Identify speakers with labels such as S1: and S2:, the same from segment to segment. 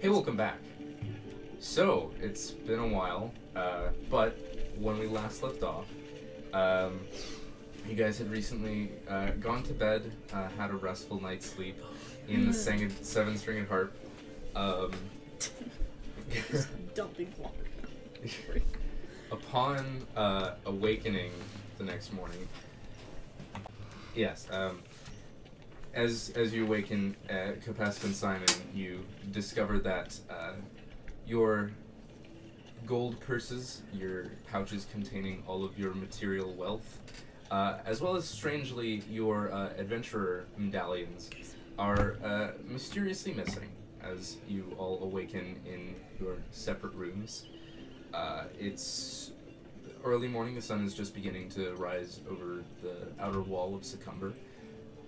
S1: Hey, welcome back. So, it's been a while, uh, but when we last left off, um, you guys had recently uh, gone to bed, uh, had a restful night's sleep in the sang- seven stringed harp. Um,
S2: dumping water.
S1: upon uh, awakening the next morning, yes, um, as as you awaken, uh, Capacitan Simon, you discover that uh, your gold purses, your pouches containing all of your material wealth, uh, as well as strangely your uh, adventurer medallions, are uh, mysteriously missing as you all awaken in your separate rooms. Uh, it's early morning. The sun is just beginning to rise over the outer wall of Succumber.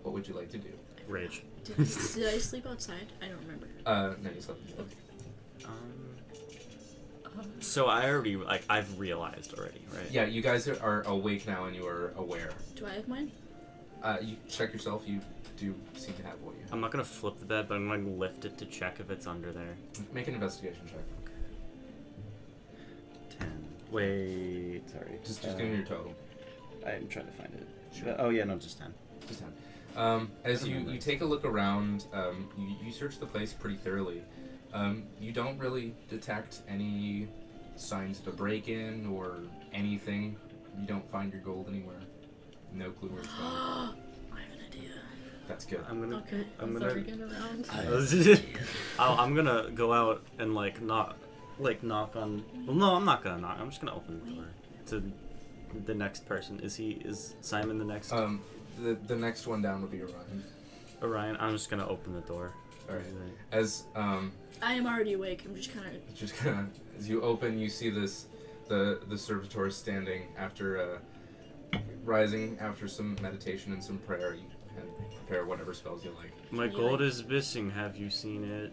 S1: What would you like to do?
S3: Rage.
S2: Did, did I sleep outside? I don't remember.
S1: Uh, no, you slept. You slept.
S3: Um, so I already like I've realized already, right?
S1: Yeah, you guys are- are awake now and you are aware.
S2: Do I have mine?
S1: Uh, you check yourself. You do seem to have what you have.
S3: I'm not gonna flip the bed, but I'm gonna lift it to check if it's under there.
S1: Make an investigation check.
S4: Ten. Wait, sorry. Uh,
S1: Just, just give me your total.
S4: I'm trying to find it. But- oh yeah, no, just ten.
S1: Just ten. Um, as
S4: I
S1: you,
S4: remember.
S1: you take a look around, um, you, you search the place pretty thoroughly. Um, you don't really detect any signs of a break in or anything. You don't find your gold anywhere. No clue where it's gone.
S2: I have an idea.
S1: That's good.
S3: I'm gonna.
S2: Okay,
S3: I'm
S2: let's
S3: gonna-
S2: already get around.
S3: I'll, I'm gonna go out and like knock, like knock on. Well, no, I'm not gonna knock. I'm just gonna open the door to the next person. Is he? Is Simon the next?
S1: Um, the, the next one down would be Orion.
S3: Orion. I'm just gonna open the door.
S1: All right. As um,
S2: I am already awake. I'm just kind of.
S1: It's just kind of as you open, you see this the the servitor standing after uh, rising after some meditation and some prayer. You can prepare whatever spells you like.
S3: My
S2: Can you,
S3: gold
S2: like-
S3: is missing. Have you seen it?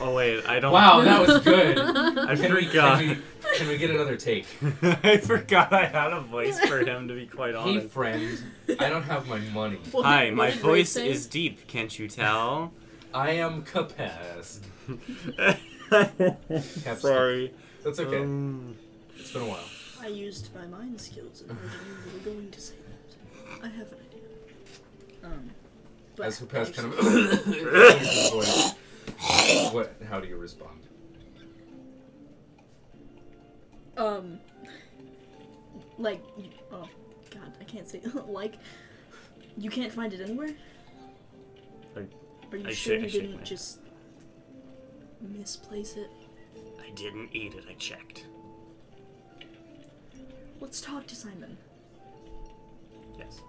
S3: Oh wait, I don't.
S1: Wow, that was good.
S3: I
S1: Can we,
S3: forgot.
S1: can, we, can we get another take?
S3: I forgot I had a voice for him. To be quite
S1: Hey,
S3: honest.
S1: friend, I don't have my money.
S2: What-
S3: Hi,
S2: what
S3: my
S2: did Ray
S3: voice
S2: say?
S3: is deep, can't you tell?
S1: I am Capaz.
S3: Sorry.
S1: That's okay.
S3: Um,
S1: it's been a while.
S2: I used my mind skills and I didn't you were going to say that. I have an idea. Um. But
S1: As Capaz kind of his voice. What? How do you respond?
S2: Um. Like. You, oh, God, I can't say. like. You can't find it anywhere?
S3: Like,
S2: Are you
S3: I
S2: sure
S3: shake- I
S2: you
S3: shake
S2: didn't
S3: my-
S2: just misplace it?
S3: I didn't eat it, I checked.
S2: Let's talk to Simon.
S3: Yes.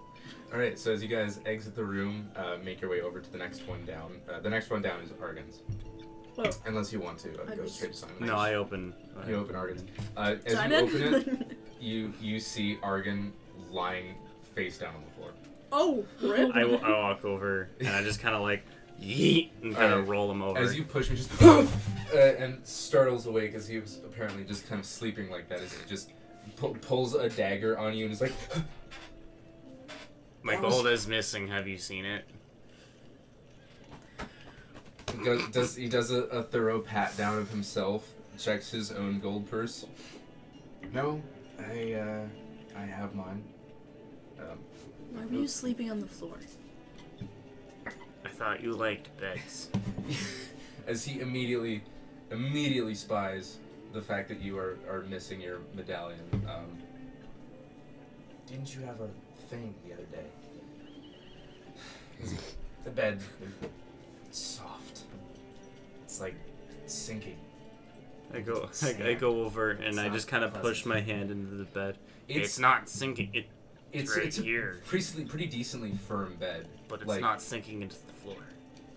S1: All right, so as you guys exit the room, uh, make your way over to the next one down. Uh, the next one down is Argan's,
S2: Whoa.
S1: unless you want to uh,
S2: I
S1: go
S2: was-
S1: straight to Simon.
S3: No, I open.
S1: You open Argan's. Uh, as
S2: Simon?
S1: you open it, you you see Argan lying face down on the floor.
S2: oh, rip.
S3: I, wa- I walk over and I just kind of like yeet and kind
S1: Alright.
S3: of roll him over.
S1: As you push him, just uh, and startles awake as he was apparently just kind of sleeping like that. As he just pu- pulls a dagger on you and is like,
S3: My
S2: I was-
S3: gold is missing. Have you seen it?
S1: goes, does he does a, a thorough pat down of himself, checks his own gold purse. No, I uh, I have mine. Um,
S2: Why were you sleeping on the floor?
S3: I thought you liked beds.
S1: as he immediately immediately spies the fact that you are, are missing your medallion. Um, Didn't you have a thing the other day? the bed, it's soft. It's like sinking.
S3: I go,
S1: Sand.
S3: I, I go over
S1: It's
S3: and I
S1: not
S3: just kind of
S1: pleasant.
S3: push my hand into the bed. It's,
S1: It's
S3: not sinking. It,
S1: it's
S3: right
S1: it's a
S3: here.
S1: pretty pretty decently firm bed,
S3: but it's
S1: like,
S3: not sinking into the floor.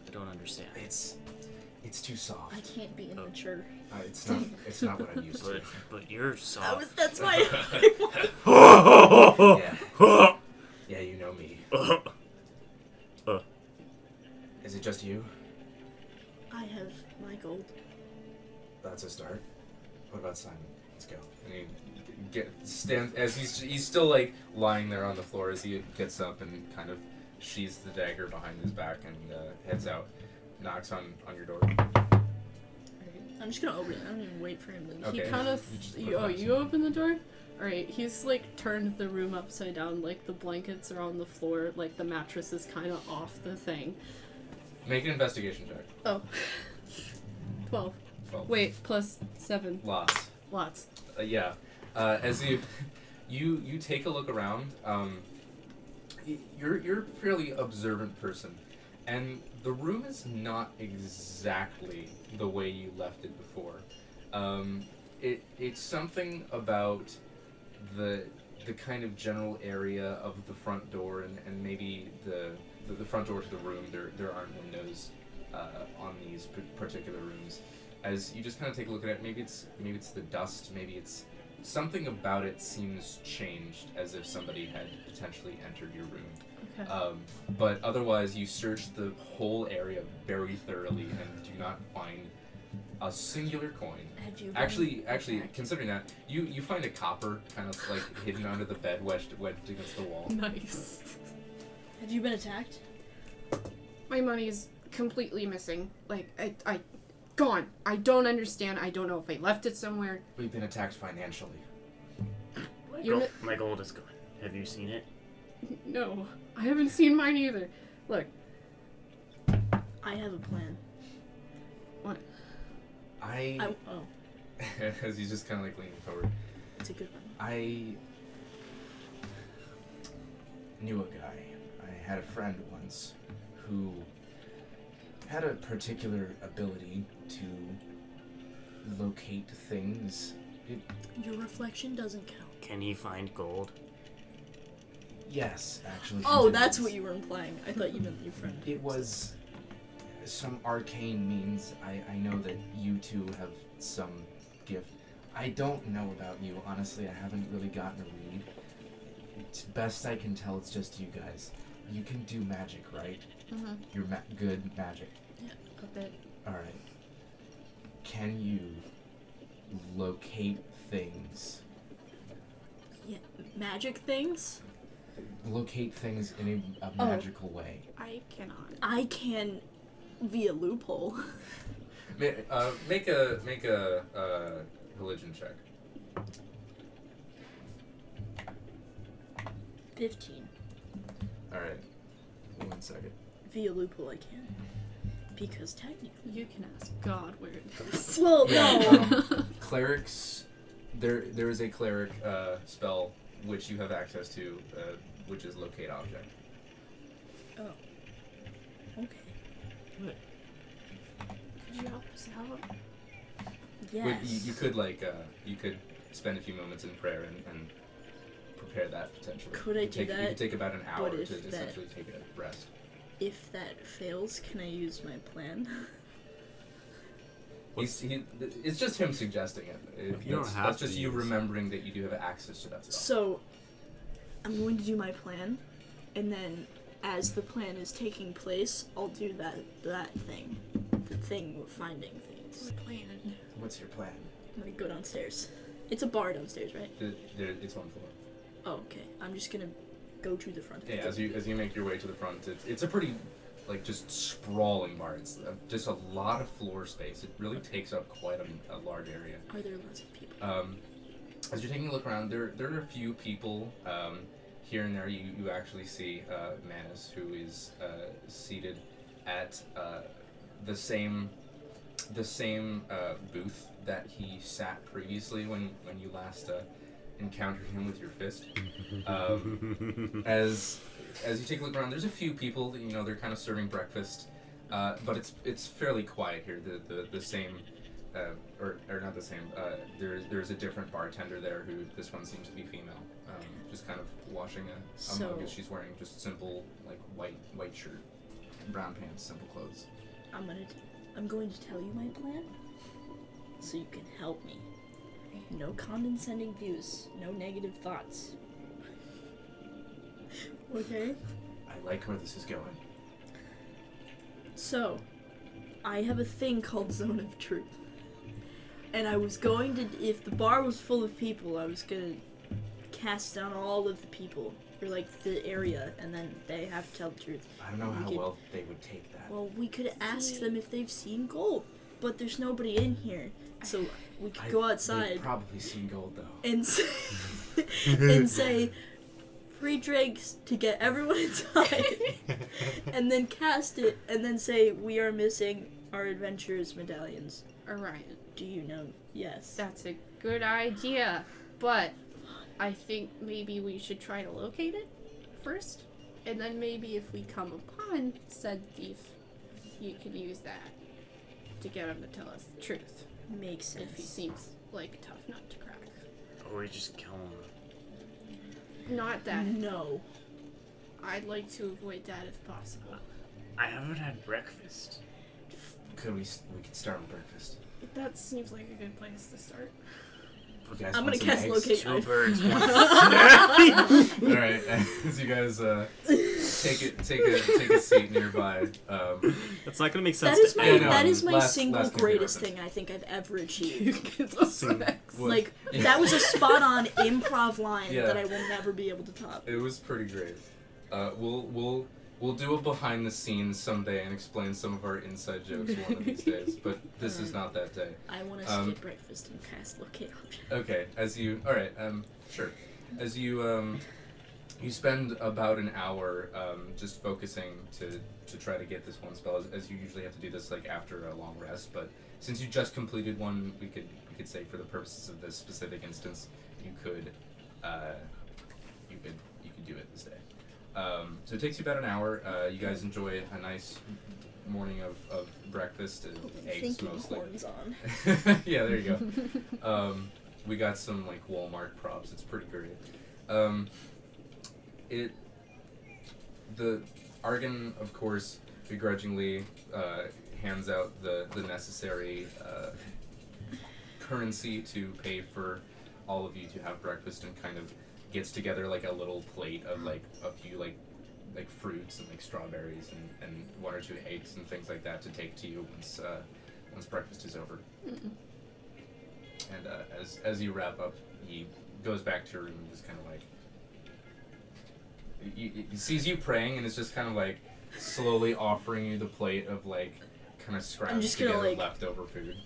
S3: I don't understand.
S1: It's it's too soft.
S2: I can't be
S3: Oh.
S2: immature.
S1: Uh, it's not it's not what I'm used to.
S3: But but you're
S2: That
S3: soft.
S2: was, that's why.
S1: yeah, yeah, you know me. Is it just you?
S2: I have my gold.
S1: That's a start. What about Simon? Let's go. And he get, stands as he's he's still like lying there on the floor as he gets up and kind of sheathes the dagger behind his back and uh, heads out, knocks on on your door.
S2: I I'm just gonna open it. I don't even wait for him to.
S1: Okay.
S5: He kind of.
S1: You just put
S5: You,
S1: it
S5: oh,
S1: back.
S5: you open the door? Alright, he's like turned the room upside down. Like the blankets are on the floor. Like the mattress is kind of off the thing.
S1: Make an investigation check.
S5: Oh. 12.
S1: Well,
S5: Wait, plus 7.
S1: Lots.
S5: Lots.
S1: Uh, yeah. Uh, as you, you you take a look around, um, y- you're you're a fairly observant person, and the room is not exactly the way you left it before. Um, it it's something about the the kind of general area of the front door and, and maybe the, the the front door to the room. There there aren't windows uh, on these p- particular rooms as you just kind of take a look at it maybe it's maybe it's the dust maybe it's something about it seems changed as if somebody had potentially entered your room
S5: Okay.
S1: um, but otherwise you search the whole area very thoroughly and do not find a singular coin
S2: Had you been-
S1: actually actually
S2: Okay.
S1: considering that you you find a copper kind of like hidden under the bed wedged wedged against the wall
S5: Nice.
S2: Had you been attacked?
S5: My money's completely missing. Like, I. I gone. I don't understand. I don't know if I left it somewhere.
S1: we've been attacked financially
S3: My,
S5: You're
S3: gold, my gold is gone. Have you seen it?
S5: No, I haven't seen mine either. Look,
S2: I have a plan. I, oh,
S1: as he's just kind of like leaning forward
S2: it's a good one.
S1: I knew a guy. I had a friend once who had a particular ability to locate things.
S2: Your reflection doesn't count.
S3: Can he find gold?
S1: Yes, actually. he
S2: Oh,
S1: did.
S2: that's what you were implying. I thought you meant your friend.
S1: It was some arcane means. I, I know that you two have some gift. I don't know about you, honestly. I haven't really gotten a read. It's best I can tell, it's just you guys. You can do magic, right?
S5: Mhm.
S1: You're ma- good magic.
S5: a bit.
S1: All right. Can you locate things?
S2: Yeah, magic things.
S1: Locate things in a, a
S5: Oh.
S1: magical way.
S5: I cannot.
S2: I can, via loophole.
S1: Ma- uh, make a make a uh, religion check.
S2: Fifteen.
S1: All right. One second.
S2: Via loophole, I can. Because technically.
S5: You can ask God where it is.
S2: Well,
S1: Yeah,
S2: no.
S1: um, clerics, there there is a cleric uh, spell which you have access to, uh, which is locate object.
S2: Okay.
S5: Could you help us out?
S2: Yes.
S1: Would- You, you could like uh, you could spend a few moments in prayer and, and prepare that potentially.
S2: Could I
S1: You
S2: do
S1: take, You
S2: that?
S1: could take about an hour to
S2: if that-
S1: essentially take a rest.
S2: If that fails, can I use my plan?
S1: He's, he, th- it's just him suggesting it. It-
S3: If you don't
S1: that's-
S3: have
S1: that's
S3: to
S1: just you
S3: use-
S1: remembering that you do have access to that stuff.
S2: So, I'm going to do my plan, and then as the plan is taking place, I'll do that that thing, the thing of finding things.
S5: plan.
S1: What's your plan?
S2: I'm gonna go downstairs. It's a bar downstairs, right?
S1: there, it's one floor.
S2: Oh, okay. I'm just gonna go to the front. of
S1: Yeah,
S2: the-
S1: as you as you make your way to the front, it's it's a pretty like just sprawling bar. It's uh, just a lot of floor space. It really takes up quite a, a large area.
S2: Are there lots of people?
S1: Um, as you're taking a look around, there there are a few people um, here and there. You you actually see uh, Manus, who is uh, seated at uh, the same the same uh, booth that he sat previously when when you last uh, encountered him with your fist. Um, as as you take a look around, there's a few people. that, You know, they're kind of serving breakfast, uh, but it's it's fairly quiet here. The the, the same, uh, or or not the same. Uh, there's there's a different bartender there who this one seems to be female. Um, just kind of washing a, a
S2: So-
S1: mug as she's wearing just simple like white white shirt, brown pants, simple clothes.
S2: I'm gonna. T- I'm going to tell you my plan, so you can help me. No condescending views. No negative thoughts. Okay.
S1: I like where this is going.
S2: So, I have a thing called Zone of Truth. And I was going to, if the bar was full of people, I was gonna cast down all of the people, or like the area, and then they have to tell the truth.
S1: I don't know
S2: We could-
S1: they would take that.
S2: Well, we could ask
S5: See?
S2: them if they've seen gold. but there's nobody in here, so we could go outside
S1: They've probably seen gold though.
S2: and say, and say free drinks to get everyone inside, and then cast it, and then say we are missing our adventurers medallions.
S5: Orion.
S2: Do you know? Yes.
S5: That's a good idea, but I think maybe we should try to locate it first, and then maybe if we come upon said thief, you can use that to get him to tell us the truth
S2: Makes
S5: if he
S2: sense.
S5: seems like a tough nut to crack.
S3: Or we just kill him.
S5: Not that
S2: No.
S5: I'd like to avoid that if possible.
S3: I haven't had breakfast.
S1: Could we? s- We could start with breakfast.
S5: That seems like a good place to start.
S1: You guys
S2: I'm
S1: want
S2: gonna
S1: some
S2: cast
S1: eggs?
S2: locate.
S3: Two birds, one
S1: All right, as you guys uh, take it, take a take a seat nearby. Um,
S3: That's not gonna make sense
S2: That is
S3: to
S2: my
S1: anyone.
S2: that is my
S1: Last-
S2: single
S1: last computer
S2: greatest
S1: reference.
S2: thing I think I've ever achieved.
S1: was-
S2: Like
S1: Yeah.
S2: that was a spot on improv line
S1: Yeah.
S2: that I will never be able to top.
S1: It was pretty great. Uh, we'll we'll we'll do a behind the scenes someday and explain some of our inside jokes one of these days. But this is not that day.
S2: I want to
S1: Um,
S2: skip breakfast and cast locate object.
S1: Okay, as you all right, um, sure. As you um, you spend about an hour um, just focusing to to try to get this one spell, as, as you usually have to do this like after a long rest. But since you just completed one, we could we could say for the purposes of this specific instance, you could uh, you could you could do it this day. Um, so it takes you about an hour. Uh, you guys enjoy a nice morning of, of breakfast and eggs
S2: Thinking
S1: mostly.
S2: horns on.
S1: yeah, there you go. Um, we got some like Walmart props. It's pretty great. Um, it the Argon, of course, begrudgingly uh, hands out the the necessary uh, currency to pay for all of you to have breakfast and kind of gets together like a little plate of like a few like like fruits and like strawberries and, and one or two eggs and things like that to take to you once uh, once breakfast is over. And uh, as as you wrap up, he goes back to your room, and just kind of like he, he- he sees you praying, and is just kind of like slowly offering you the plate of like kind of scratched
S2: just gonna,
S1: together
S2: like-
S1: leftover food.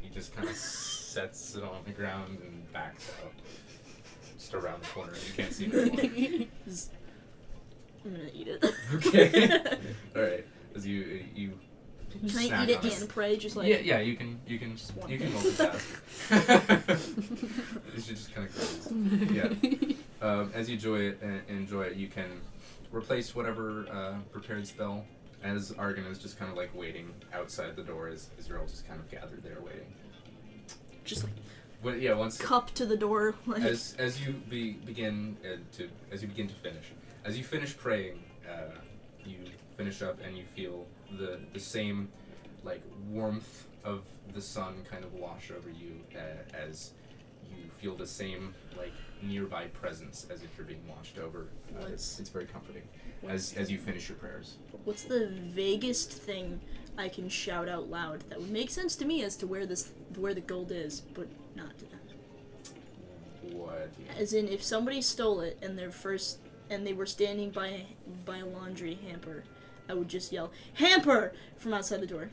S1: He just kind of sets it on the ground and backs out, just around the corner. You can't see him anymore.
S2: I'm gonna eat it.
S1: Okay. All right. As you uh, you
S2: Can I
S1: snack
S2: eat it
S1: on it.
S2: and pray? Just like
S1: yeah yeah you can you can
S2: Just one
S1: you
S2: bit.
S1: can multitask. you should just kind of yeah. Um, as you enjoy it and enjoy it, you can replace whatever uh, prepared spell. As Argon is just kind of like waiting outside the door, as, as you're all just kind of gathered there waiting.
S2: just like
S1: Well, yeah, once
S2: cup to the door. Like
S1: as as you be, begin uh, to as you begin to finish, as you finish praying, uh, you finish up and you feel the the same like warmth of the sun kind of wash over you uh, as you feel the same like nearby presence as if you're being watched over. Uh, it's,
S2: What's-
S1: it's very comforting as as you finish your prayers.
S2: what's the vaguest thing I can shout out loud that would make sense to me as to where this where the gold is, but not to them.
S1: What? do you-
S2: As in, if somebody stole it and their first and they were standing by a, by a laundry hamper, I would just yell "hamper" from outside the door,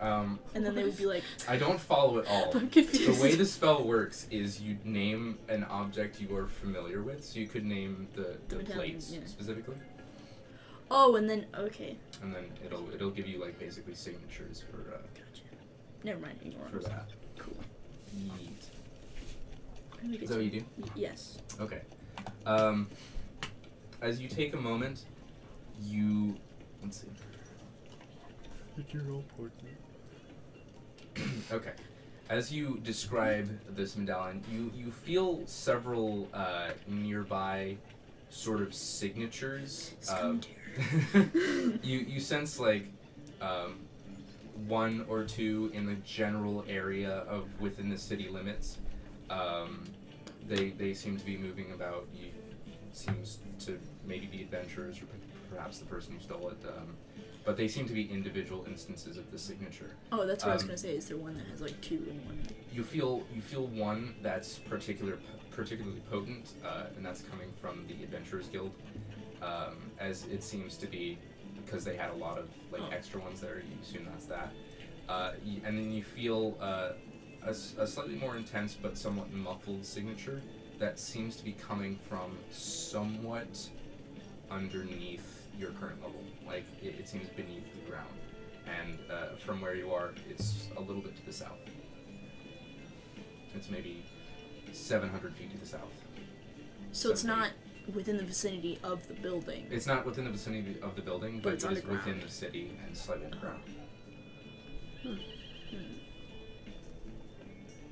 S1: Um,
S2: and then they would be like,
S1: I don't follow it all.
S5: I'm
S1: The
S5: confused.
S1: way the spell works is you name an object you are familiar with, so you could name the, the,
S2: The medallion,
S1: plates
S2: yeah.
S1: specifically,
S2: "Oh," and then okay,
S1: and then it'll it'll give you like basically signatures for uh,
S2: never mind, ignore
S1: for
S2: it.
S1: that.
S2: Cool.
S1: Neat.
S2: Let me
S1: Is
S2: get
S1: that
S2: to-
S1: what you do?
S2: y- Yes.
S1: Okay. Um, as you take a moment, you let's see. Okay. As you describe this medallion, you, you feel several uh, nearby sort of signatures. Um, you you sense like um, one or two in the general area of within the city limits. Um, they they seem to be moving about. You seems to maybe be adventurers or perhaps the person who stole it. Um, but they seem to be individual instances of the signature
S2: Oh, that's what I was
S1: Um,
S2: gonna say. Is there one that has like two and one?
S1: you feel you feel one that's particular particularly potent, uh, and that's coming from the Adventurers Guild, um, as it seems to be because they had a lot of like extra ones there. You assume that's that. Uh, y- and then you feel uh, a, s- a slightly more intense but somewhat muffled signature that seems to be coming from somewhat underneath your current level. Like it, it seems beneath the ground, and uh, from where you are, it's a little bit to the south. It's maybe 700 feet to the south.
S2: So it's not
S1: Something.
S2: within the vicinity of the building.
S1: It's not within the vicinity of the building,
S2: But
S1: but,
S2: it's
S1: it is
S2: underground.
S1: within the city and slightly underground.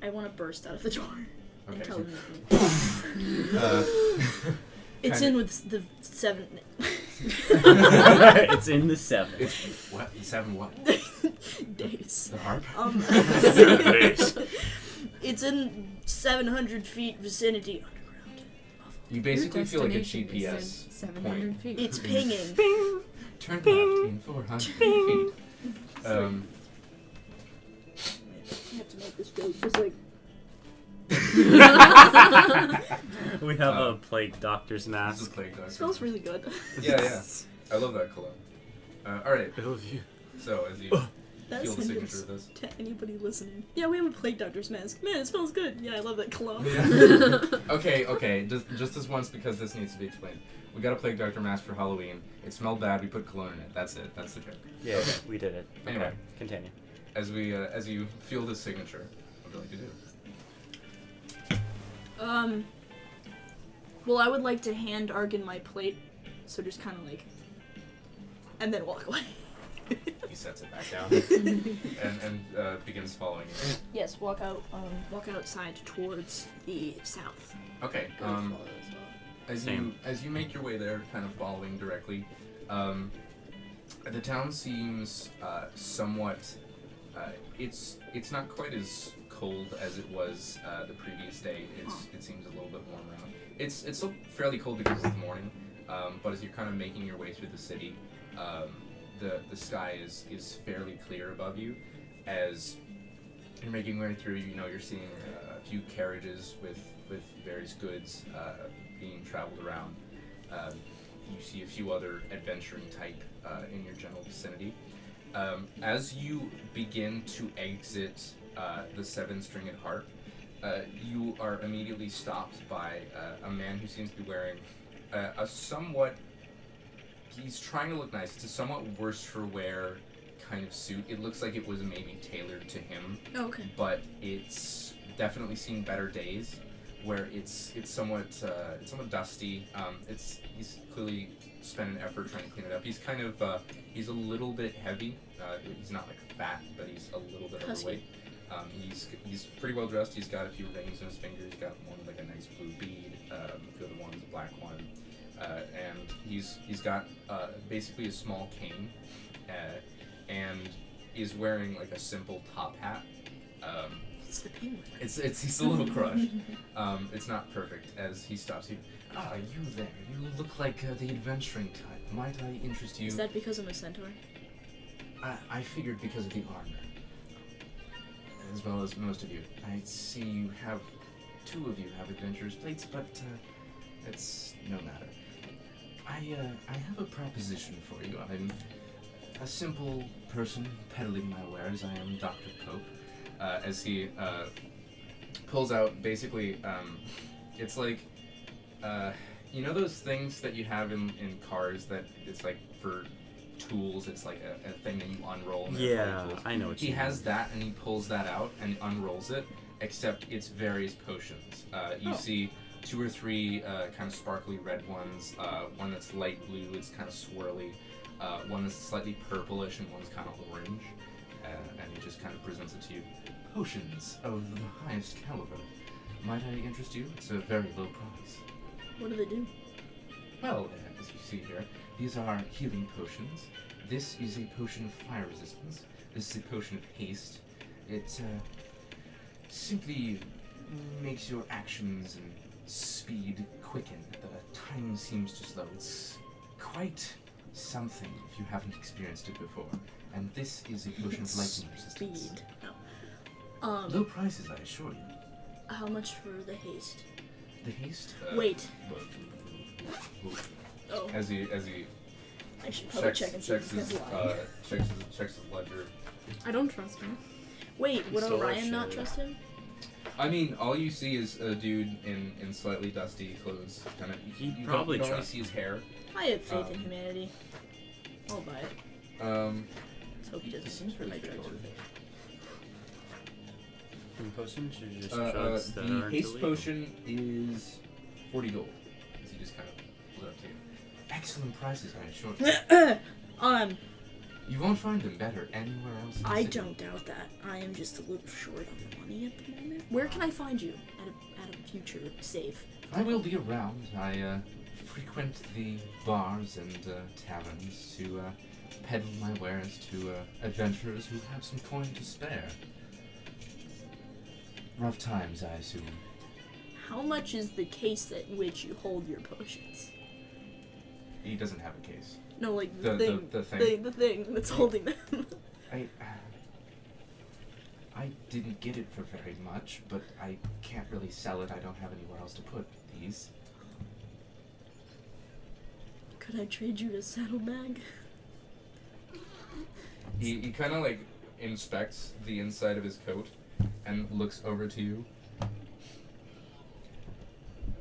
S2: I want to burst out of the door and
S1: Okay.
S2: tell
S1: so-
S2: them.
S1: Uh,
S2: It's
S1: kinda-
S2: in with the seven.
S4: it's in the seven.
S1: It's what seven what
S2: days.
S1: the harp?
S2: Um,
S3: Seven days.
S2: It's in 700 feet vicinity underground.
S1: You basically
S5: Your
S1: feel like a
S5: destination is in
S1: GPS
S5: 700
S1: point.
S5: feet.
S2: It's pinging.
S1: Turn left in 400 feet. Um,
S2: I have to make this joke. Just like
S3: We have a
S4: Uh,
S1: Um,
S3: plague doctor's
S1: this is
S3: mask.
S1: Plague Doctor.
S2: smells really good.
S1: Yeah, yeah. I love that cologne. Uh, all right.
S3: Who of you?
S1: So as you
S2: That
S1: feel the signature
S2: sentence
S1: of this,
S2: to anybody listening. Yeah, we have a plague doctor's mask. Man, it smells good. Yeah, I love that cologne.
S1: Yeah. okay, okay, just just this once because this needs to be explained. We got a plague doctor mask for Halloween. It smelled bad. We put cologne in it. That's it. That's the joke.
S4: Yeah, we did it.
S1: Anyway.
S4: Okay, continue.
S1: As we uh, as you feel this signature, what would you like to do?
S2: Um. Well, I would like to hand Argan my plate, so just kind of like, and then walk away.
S1: He sets it back down and, and uh, begins following you.
S2: yes, walk out. Um, walk outside towards the south.
S1: Okay. Um, as you
S3: Same.
S1: as you make your way there, kind of following directly, um, the town seems uh, somewhat. Uh, it's it's not quite as cold as it was uh, the previous day. It's it seems a little bit warmer out. It's it's still fairly cold because it's the morning, um, but as you're kind of making your way through the city, um, the the sky is is fairly clear above you. As you're making your way through, you know you're seeing uh, a few carriages with with various goods uh, being traveled around. Um, you see a few other adventuring type uh, in your general vicinity. Um, as you begin to exit uh, the seven stringed harp, uh, you are immediately stopped by uh, a man who seems to be wearing uh, a somewhat. He's trying to look nice. It's a somewhat worse for wear kind of suit. It looks like it was maybe tailored to him
S2: Oh, Okay.
S1: but it's definitely seen better days where it's it's somewhat uh, it's somewhat dusty. Um, it's he's clearly spent an effort trying to clean it up. He's kind of uh, he's a little bit heavy. Uh, he's not like fat, but he's a little bit
S2: Husky.
S1: overweight. Um, he's he's pretty well dressed. He's got a few rings on his fingers. He's got one with like a nice blue bead. Um, the other one's a black one. Uh, and he's he's got uh, basically a small cane, uh, and is wearing like a simple top hat. Um,
S2: It's the penguin.
S1: it's it's he's a little crushed. Um, it's not perfect as he stops you. Ah, you there? You look like uh, the adventuring type. Might I interest you?
S2: Is that because I'm a centaur?
S1: I, I figured because of the armor, as well as most of you. I see you have two of you have adventurous plates, but uh, it's no matter. I uh, I have a proposition for you. I'm a simple person peddling my wares. I am Doctor Pope. Uh, as he uh, pulls out basically, um, it's like. Uh, you know those things that you have in, in cars that it's like for tools, it's like a, a thing that you unroll and there are
S3: Yeah,
S1: other tools?
S3: I know what
S1: He
S3: you
S1: has that and he pulls that out and unrolls it, except it's various potions. Uh, you see two or three uh, kind of sparkly red ones, uh, one that's light blue, it's kind of swirly, uh, one that's slightly purplish, and one's kind of orange. Uh, and he just kind of presents it to you. Potions of the highest caliber. Might I interest you? It's a very low price.
S2: What do they do?
S1: Well, uh, as you see here, these are healing potions. This is a potion of fire resistance. This is a potion of haste. It uh, simply makes your actions and speed quicken. The time seems to slow. It's quite something if you haven't experienced it before. And this is a potion of lightning resistance.
S2: Speed. No. Um,
S1: Low prices, I assure you.
S2: how much for the haste?
S1: The haste. uh,
S2: Wait.
S1: Wait.
S2: Oh.
S1: As he as he
S2: I should probably
S1: Checks,
S2: check and see if
S1: checks,
S2: this
S1: his,
S2: guy's lying.
S1: uh, checks, his, checks his ledger.
S5: I don't trust him.
S2: Wait, would
S4: stole our
S2: Orion not
S4: shit.
S2: trust him?
S1: I mean, all you see is a dude in, in slightly dusty clothes. Kind of.
S3: He
S1: you don't-
S3: probably
S1: you don't really
S3: tried.
S1: see his hair.
S2: I have faith in
S1: Um,
S2: humanity. I'll buy it.
S1: Um,
S2: Let's hope he
S1: he
S2: doesn't
S1: seems pretty
S2: buy drugs.
S1: straightforward.
S3: And potions are just
S1: Uh, uh,
S3: drugs that
S1: the
S3: aren't
S1: haste
S3: illegal.
S1: potion is forty gold. As he just kind of pulls it up to you. Excellent prices, I'm sure.
S2: um,
S1: you won't find them better anywhere else. in the
S2: I
S1: city.
S2: don't doubt that. I am just a little short on the money at the moment. Where can I find you at a at a future save?
S1: I will be around. I uh, frequent the bars and uh, taverns to uh, peddle my wares to uh, adventurers who have some coin to spare. Rough times, I assume.
S2: How much is the case at which you hold your potions?
S1: He doesn't have a case.
S2: No, like
S1: The-
S2: the,
S1: the-
S2: thing,
S1: the thing.
S2: the thing that's holding them.
S1: I. Uh, I didn't get it for very much, but I can't really sell it. I don't have anywhere else to put these.
S2: Could I trade you a saddlebag?
S1: He, he kind of like inspects the inside of his coat and looks over to you.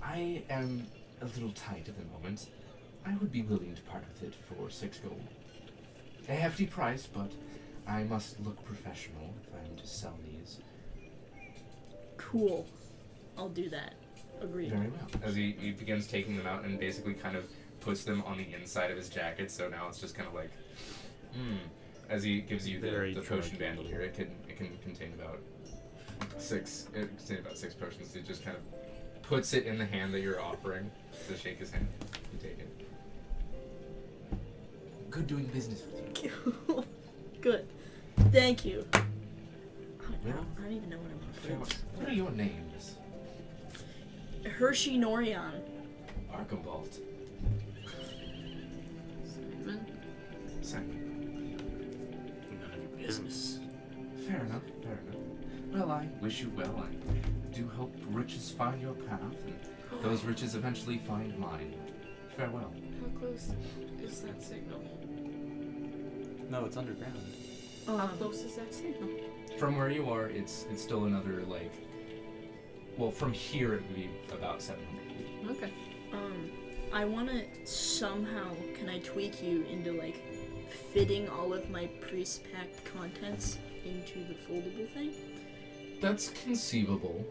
S1: I am a little tight at the moment. I would be willing to part with it for six gold. A hefty price, but I must look professional if I'm to sell these.
S2: Cool. I'll do that. Agreed.
S1: Very well. As he, he begins taking them out and basically kind of puts them on the inside of his jacket, so now it's just kind of like, hmm. As he gives you
S3: Very
S1: the, the potion
S3: drunken
S1: band
S3: little-
S1: here, it can it can contain about six it can contain about six potions. He just kind of puts it in the hand that you're offering to shake his hand. You take it. Good doing business with you.
S2: Cool. Good. Thank you. I don't, know. I don't even know what I'm going
S1: What are your names?
S2: to Hershey Norion.
S1: Archibald.
S5: Simon.
S1: Simon.
S3: None of your business.
S1: Fair enough, fair enough. Well, I wish you well. I do hope riches find your path, and those riches eventually find mine. Farewell.
S5: How close is that signal?
S3: No, it's underground.
S5: How
S2: Um,
S5: close is that signal?
S1: From where you are, it's it's still another like. Well, from here it would be about seven hundred feet.
S5: Okay.
S2: um, I want to somehow, can I tweak you into like fitting all of my priest packed contents into the foldable thing?
S1: That's conceivable.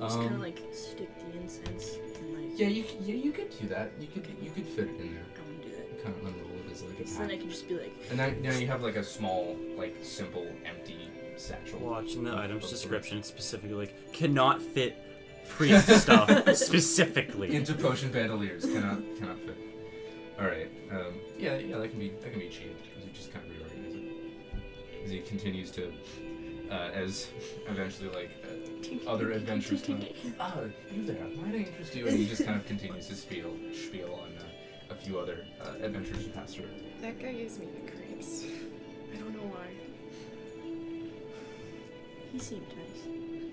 S2: Just kind of
S1: Um,
S2: like stick the incense and like,
S1: yeah, you c- yeah you could do that. You could you could fit it in there.
S2: I want to do that.
S1: Kind of unroll it as like a
S2: So then I
S1: pack.
S2: can just be like,
S1: And now, now you have like a small, like simple, empty satchel.
S3: Watching the
S1: of-
S3: item's
S1: of
S3: description it's specifically like cannot fit priest stuff specifically.
S1: into potion bandoliers. cannot cannot fit. All right. Um, yeah, yeah, that can be that can be cheap. As he just kind of reorganizes it. As he continues to, uh, as eventually like uh, other adventures come. up, Oh, you there? Might I interest you? And he just kind of continues his spiel spiel on uh, a few other uh, adventures you pass through.
S5: That guy gives me the creeps. I don't know why.
S2: he seemed nice.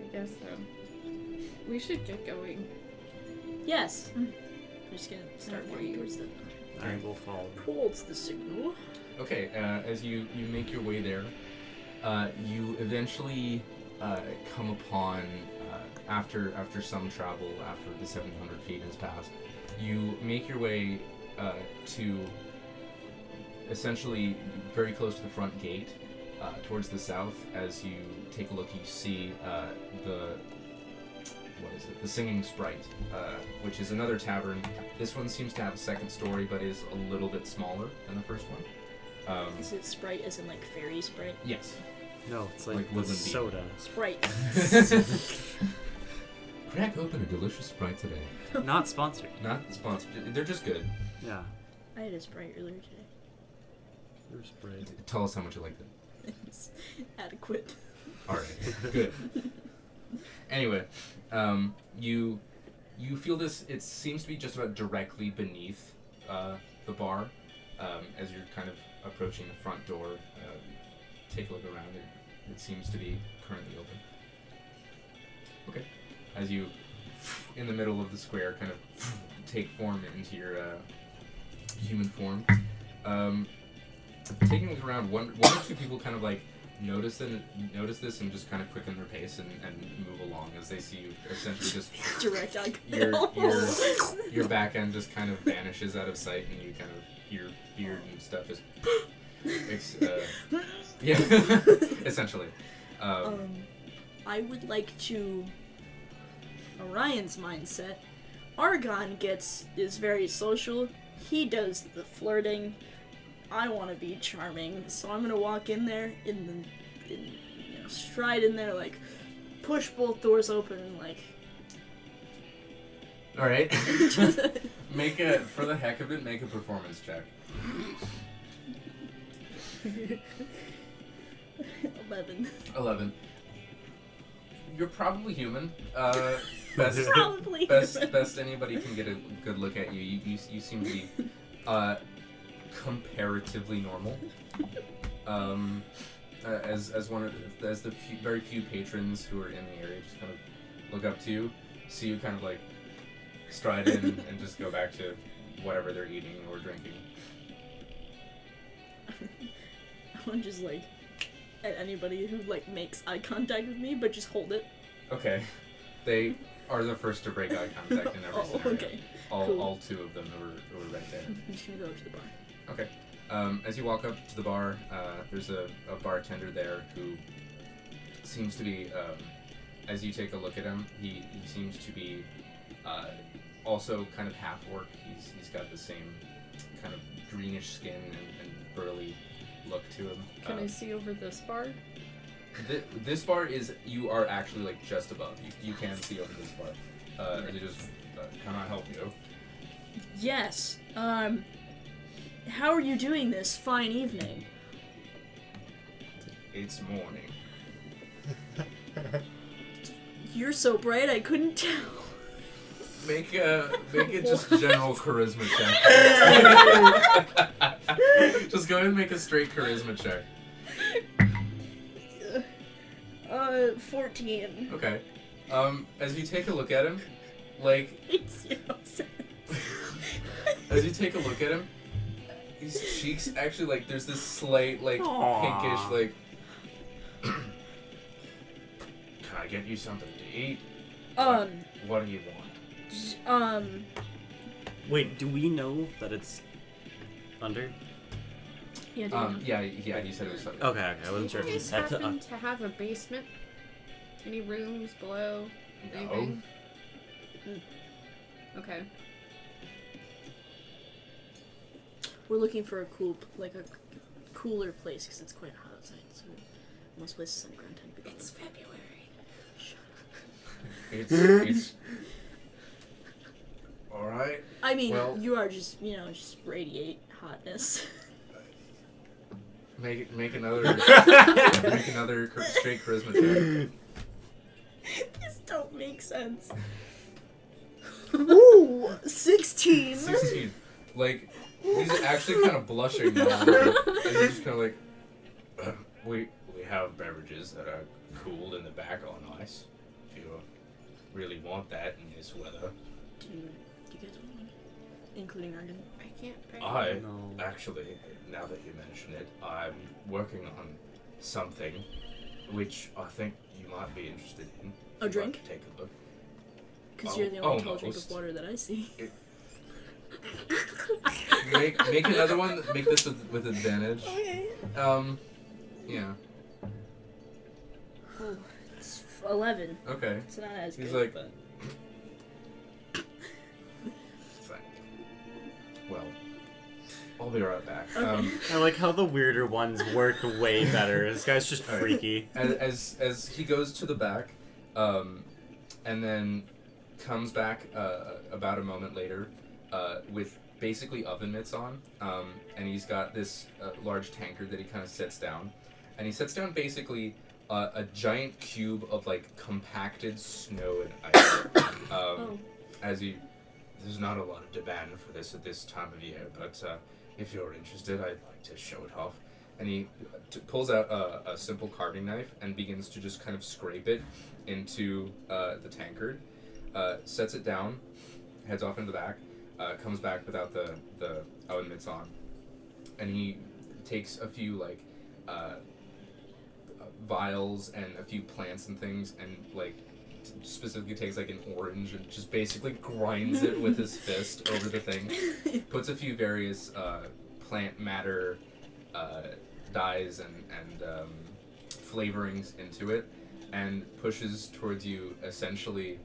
S5: I guess so. We should get going.
S2: Yes. I'm just gonna start
S5: Okay.
S2: walking towards the.
S3: I will follow.
S2: Holds the signal.
S1: Okay, uh, as you, you make your way there, uh, you eventually uh, come upon, uh, after, after some travel, after the 700 feet has passed, you make your way uh, to essentially very close to the front gate uh, towards the south. As you take a look, you see uh, the. What is it? The Singing Sprite, uh, which is another tavern. This one seems to have a second story, but is a little bit smaller than the first one. Um,
S2: Is it Sprite as in like fairy Sprite?
S1: yes.
S3: No, it's
S1: Like
S3: like, the
S1: Woodland Bee.
S3: soda.
S2: Sprite.
S1: Crack open a delicious Sprite today.
S3: Not sponsored.
S1: Not sponsored. They're just good.
S3: Yeah.
S2: I had a Sprite earlier today.
S3: There's bread.
S1: Tell us how much you like them.
S2: It's adequate.
S1: All right, good. Anyway, um, you you feel this. It seems to be just about directly beneath uh, the bar um, as you're kind of approaching the front door. Uh, take a look around. It, it seems to be currently open. Okay. As you, in the middle of the square, kind of take form into your uh, human form. Um, taking a look around, one, one or two people kind of like notice and notice this and just kind of quicken their pace and, and move along as they see you essentially just
S2: Direct eye
S1: You're-
S2: contact.
S1: you're- your back end just kind of vanishes out of sight and you kind of your beard and stuff is ex- uh, yeah essentially um,
S2: Um, I would like to. Orion's mindset. Argon gets is very social. He does the flirting. I want to be charming, so I'm gonna walk in there in the, in, you know, stride in there like, push both doors open and like.
S1: all right make a for the heck of it make a performance check
S2: Eleven.
S1: 11 you're probably human uh, best
S2: Probably.
S1: best best anybody can get a good look at you you, you, you seem to be uh, comparatively normal um, uh, as as one of as the few, very few patrons who are in the area just kind of look up to you see you kind of like stride in and just go back to whatever they're eating or drinking
S2: I'm just like at anybody who like makes eye contact with me, but just hold it.
S1: okay they are the first to break eye contact in every
S2: oh,
S1: scenario
S2: okay.
S1: all,
S2: cool.
S1: all two of them who were, who were right there
S2: I'm just gonna go up to the bar.
S1: Um, as you walk up to the bar, uh, there's a, a bartender there who seems to be, um, as you take a look at him, he, he seems to be uh, also kind of half orc. He's, he's got the same kind of greenish skin and, and burly look to him.
S5: Can I
S3: Uh,
S1: Um,
S5: see over this bar?
S1: Th- this bar is you are actually like just above. You, you can see over this bar. Uh, and they just uh, can I help you?
S2: Yes. Um. How are you doing this fine evening?
S1: It's morning.
S2: You're so bright, I couldn't tell.
S1: Make a make it just general charisma check. just go ahead and make a straight charisma check.
S2: Uh, fourteen.
S1: Okay. Um, as you take a look at him, like
S2: It's you know, so-
S1: as you take a look at him, his cheeks actually like there's this slight like
S3: Aw.
S1: pinkish like. Can I get you something to eat?
S2: um.
S1: What do you want?
S2: j- Um.
S3: Wait, do we know that it's under?
S5: Yeah, do
S1: Um, yeah, yeah, he said it was.
S3: Okay, okay, I wasn't
S5: Do
S3: sure.
S5: you
S3: if
S5: guys
S3: it's had to- uh,
S5: happen to have a basement? Any rooms below?
S1: No.
S5: Anything? Mm. Okay.
S2: We're looking for a cool, p- like a c- cooler place because it's quite hot outside. So most places on ground temperature.
S5: February.
S1: It's it's. All right.
S2: I mean,
S1: Well-
S2: you are just you know just radiate hotness.
S1: Make it make another. Make another char- straight charisma check.
S2: this don't make sense. Ooh, 16.
S1: 16. Like, he's actually kind of blushing now. a little bit. And he's just kind of like, we, we have beverages that are cooled in the back on ice. If you really want that in this weather.
S2: Do you, do you guys want one? Including Argon.
S5: I can't pay.
S1: I,
S3: No.
S1: actually, now that you mention it, I'm working on something which I think you might be interested in.
S2: A
S1: If you'd like
S2: drink?
S1: to Take a look.
S2: Because
S1: Oh,
S2: you're the only tall drink
S1: almost.
S2: of water that I see.
S1: It- Make, make another one, make this with, with advantage.
S2: Okay.
S1: Um, yeah,
S2: Oh, it's f- 11.
S1: okay.
S2: It's not as
S1: He's
S2: good.
S1: like-
S2: but-
S1: Fine. Well, I'll be right back.
S2: Okay.
S1: Um,
S3: I like how the weirder ones work way better. This guy's just
S1: Alright.
S3: freaky.
S1: as, as as he goes to the back, um, and then comes back uh, about a moment later uh, with basically oven mitts on, um, and he's got this uh, large tankard that he kind of sets down, and he sets down basically uh, a giant cube of like compacted snow and ice. um,
S2: Oh.
S1: As he, there's not a lot of demand for this at this time of year, but uh, if you're interested, I'd like to show it off. And he t- pulls out a, a simple carving knife and begins to just kind of scrape it into uh, the tankard, uh, sets it down, heads off into the back, uh, comes back without the the oven mitts on, and he takes a few like uh, vials and a few plants and things, and like t- specifically takes like an orange and just basically grinds it with his fist over the thing puts a few various uh, plant matter uh, dyes and, and um, flavorings into it and pushes towards you essentially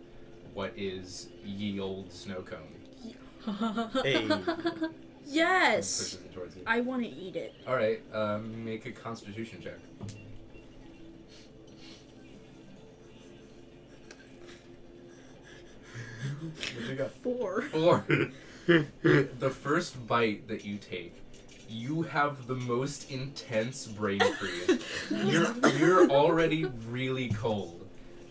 S1: what is ye old snow cone.
S3: Hey.
S2: yes!
S1: Pushes it towards you.
S2: I want to eat it.
S1: All right, um, make a constitution check. what you got?
S2: Four.
S1: Or the first bite that you take, you have the most intense brain freeze. you're you're already really cold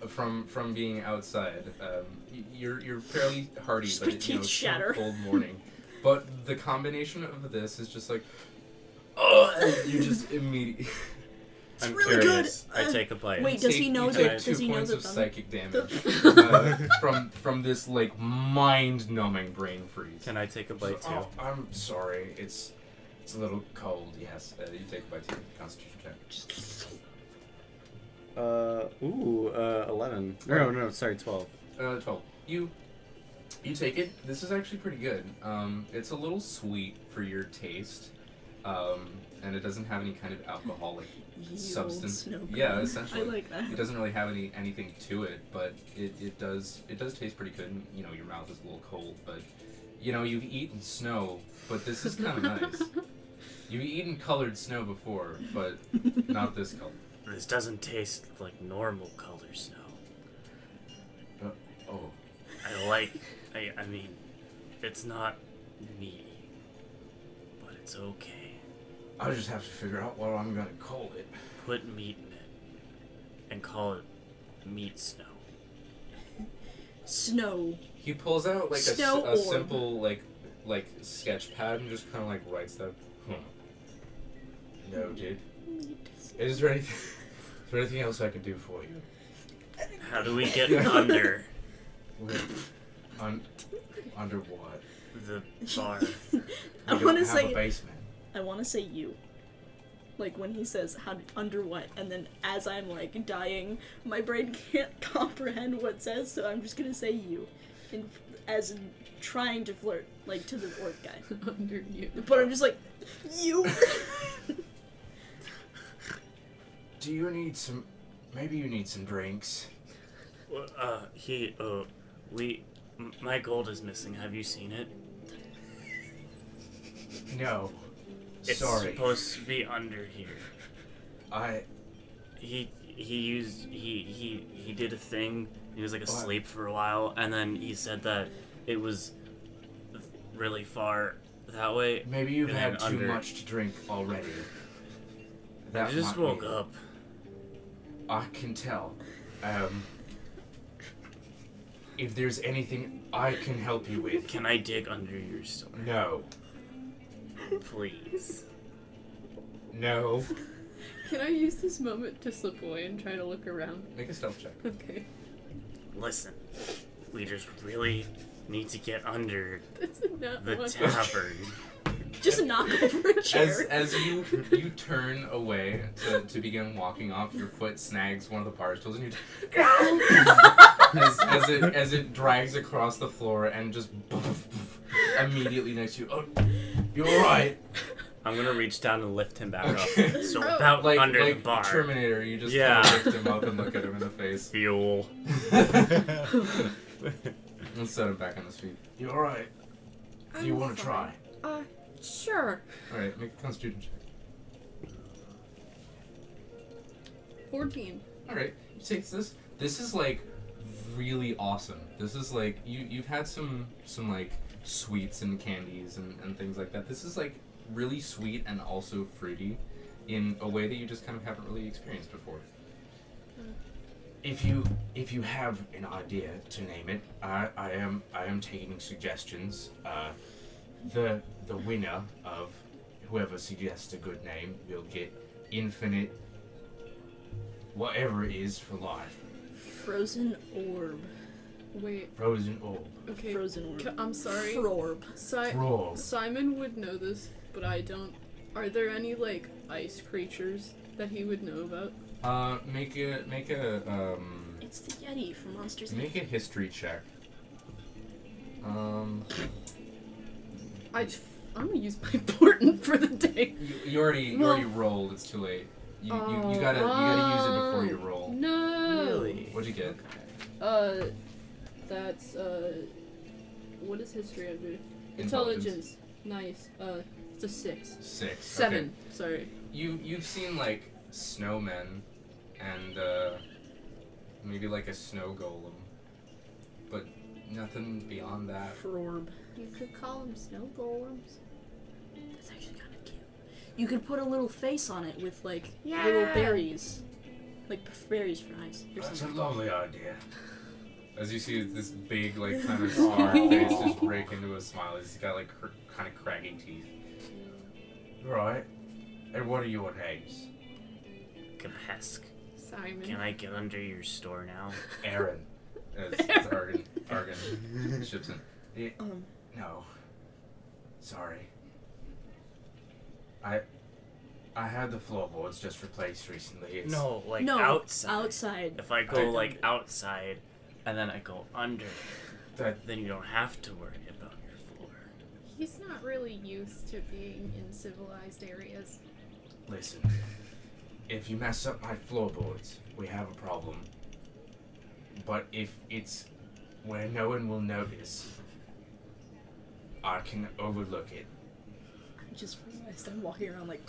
S1: from from being outside. Um, y- you're you're fairly hardy,
S2: Just
S1: but
S2: my
S1: it, you know,
S2: teeth
S1: it's still
S2: shatter.
S1: a cold morning. But the combination of this is just like, oh, you just immediately.
S3: I'm
S2: really good.
S3: curious. I take a bite.
S2: Wait, does he
S1: Take-
S2: know
S1: you
S2: that?
S1: take
S2: Does
S1: two
S2: he know
S1: points
S2: that?
S1: of
S2: I'm-
S1: psychic damage
S2: the-
S1: uh, from from this like mind-numbing brain freeze?
S3: Can I take a bite too?
S1: Oh, I'm sorry. It's it's a little cold. Yes, uh, you take a bite to your Constitution check.
S3: Uh, ooh, uh, 11. No, no, no, sorry, 12.
S1: Uh, twelve. You you take it. This is actually pretty good. Um, it's a little sweet for your taste, um, and it doesn't have any kind of alcoholic.
S2: Ye old
S1: Substance-
S2: snow
S1: yeah,
S2: cone.
S1: essentially.
S2: I like that.
S1: It doesn't really have any anything to it, but it, it does it does taste pretty good. And, you know, your mouth is a little cold, but you know you've eaten snow, but this is kind of nice. You've eaten colored snow before, but not this color.
S3: This doesn't taste like normal color snow.
S1: Oh,
S3: I like, I, I mean, it's not me, but it's okay.
S1: I just have to figure out what I'm gonna call it.
S3: Put meat in it and call it meat snow.
S2: Snow.
S1: He pulls out like a s-
S2: Snow
S1: a,
S2: orb.
S1: simple like like sketch pad and just kind of like writes that. Huh. No, dude. Is there anything? Is there anything else I can do for you?
S3: How do we get
S1: Yeah.
S3: under
S1: Wait, un- under what?
S3: the bar?
S2: I
S1: We don't
S2: want to
S1: have
S2: say.
S1: a basement.
S2: I want to say you. Like when he says how under what, and then as I'm like dying, my brain can't comprehend what it says, so I'm just gonna say you, and as in trying to flirt like to the orc guy,
S5: Under you.
S2: but I'm just like you.
S1: Do you need some? Maybe you need some drinks.
S3: Well, Uh, he, uh, we, m- my gold is missing. Have you seen it?
S1: No.
S3: It's
S1: Sorry.
S3: supposed to be under here.
S1: I.
S3: He he used he he he did a thing. He was like
S1: What?
S3: asleep for a while, and then he said that it was really far that way.
S1: Maybe you've
S3: And
S1: had too
S3: then under.
S1: much to drink already. That
S3: I just
S1: might
S3: woke
S1: be-
S3: up.
S1: I can tell. Um, if there's anything I can help you with,
S3: Can I dig under your store,
S1: no,
S3: please?
S1: no.
S5: Can I use this moment to slip away and try to look around?
S1: Make a stealth check.
S5: Okay.
S3: Listen, we just really need to get under
S5: That's enough.
S3: the tavern.
S2: just knock over a chair.
S1: As, as you you turn away to, to begin walking off, your foot snags one of the bars tools, and you as, as it as it drags across the floor and just immediately next to you. Oh, you're all right.
S3: I'm gonna reach down and lift him back
S1: Okay.
S3: up. So about
S1: Like
S3: under
S1: like
S3: the bar.
S1: Terminator, you just
S3: Yeah.
S1: kind of lift him up and look at him in the face.
S3: Fuel.
S1: Let's set him back on his feet. You all right? Do you want to try?
S5: Uh, sure.
S1: All right, make a constitution check.
S5: 14.
S1: All right, you take this. This is like really awesome. This is like you you've had some some like sweets and candies and and things like that. This is like really sweet and also fruity in a way that you just kind of haven't really experienced before. Mm. If you if you have an idea to name it, I, I am I am taking suggestions. Uh, the the winner of whoever suggests a good name will get infinite whatever it is for life.
S2: Frozen orb.
S5: Wait.
S1: Frozen old.
S5: Okay.
S2: Frozen orb.
S5: c- I'm sorry.
S2: Frorb.
S5: Si-
S1: Roll.
S5: Simon would know this, but I don't. Are there any like ice creatures that he would know about?
S1: Uh, make a make a um
S2: It's the Yeti from Monsters Inc.
S1: make a history check. Um,
S5: I just, I'm gonna use my portent for the day.
S1: you, you already you
S5: Well-
S1: already rolled. It's too late. You, you, you gotta you gotta use it before you
S5: Oh,
S1: roll.
S5: No.
S3: Really?
S1: What'd you get?
S5: Uh, that's uh, what is history under? Intelligence. Nice. Uh, it's a six.
S1: Six. Okay.
S5: Seven. Sorry.
S1: You you've seen like snowmen and uh, maybe like a snow golem, but nothing beyond that.
S2: Frorb.
S5: You could call them snow golems.
S2: That's actually kind of cute. You could put a little face on it with like
S5: Yeah.
S2: little berries, like p- berries for eyes or
S1: That's a
S2: something.
S1: lovely idea. As you see this big, like, kind of
S5: Aw.
S1: scar face just break into a smile. He's got, like, cr- kind of craggy teeth. Right. And what are your names?
S4: Kapesk,
S5: Simon.
S4: can I get under your store now?
S1: Aaron. As, as Argon, Argon ships in. Yeah,
S2: Um,
S1: no. Sorry. I. I had the floorboards just replaced recently. It's,
S4: No, like
S2: no,
S4: outside.
S2: outside.
S4: If I
S1: I
S4: go
S1: don't-
S4: like outside, and then I go under,
S1: That,
S4: then you don't have to worry about your floor.
S5: He's not really used to being in civilized areas.
S1: Listen, if you mess up my floorboards, we have a problem. But if it's where no one will notice, I can overlook it.
S2: I just realized I'm walking around like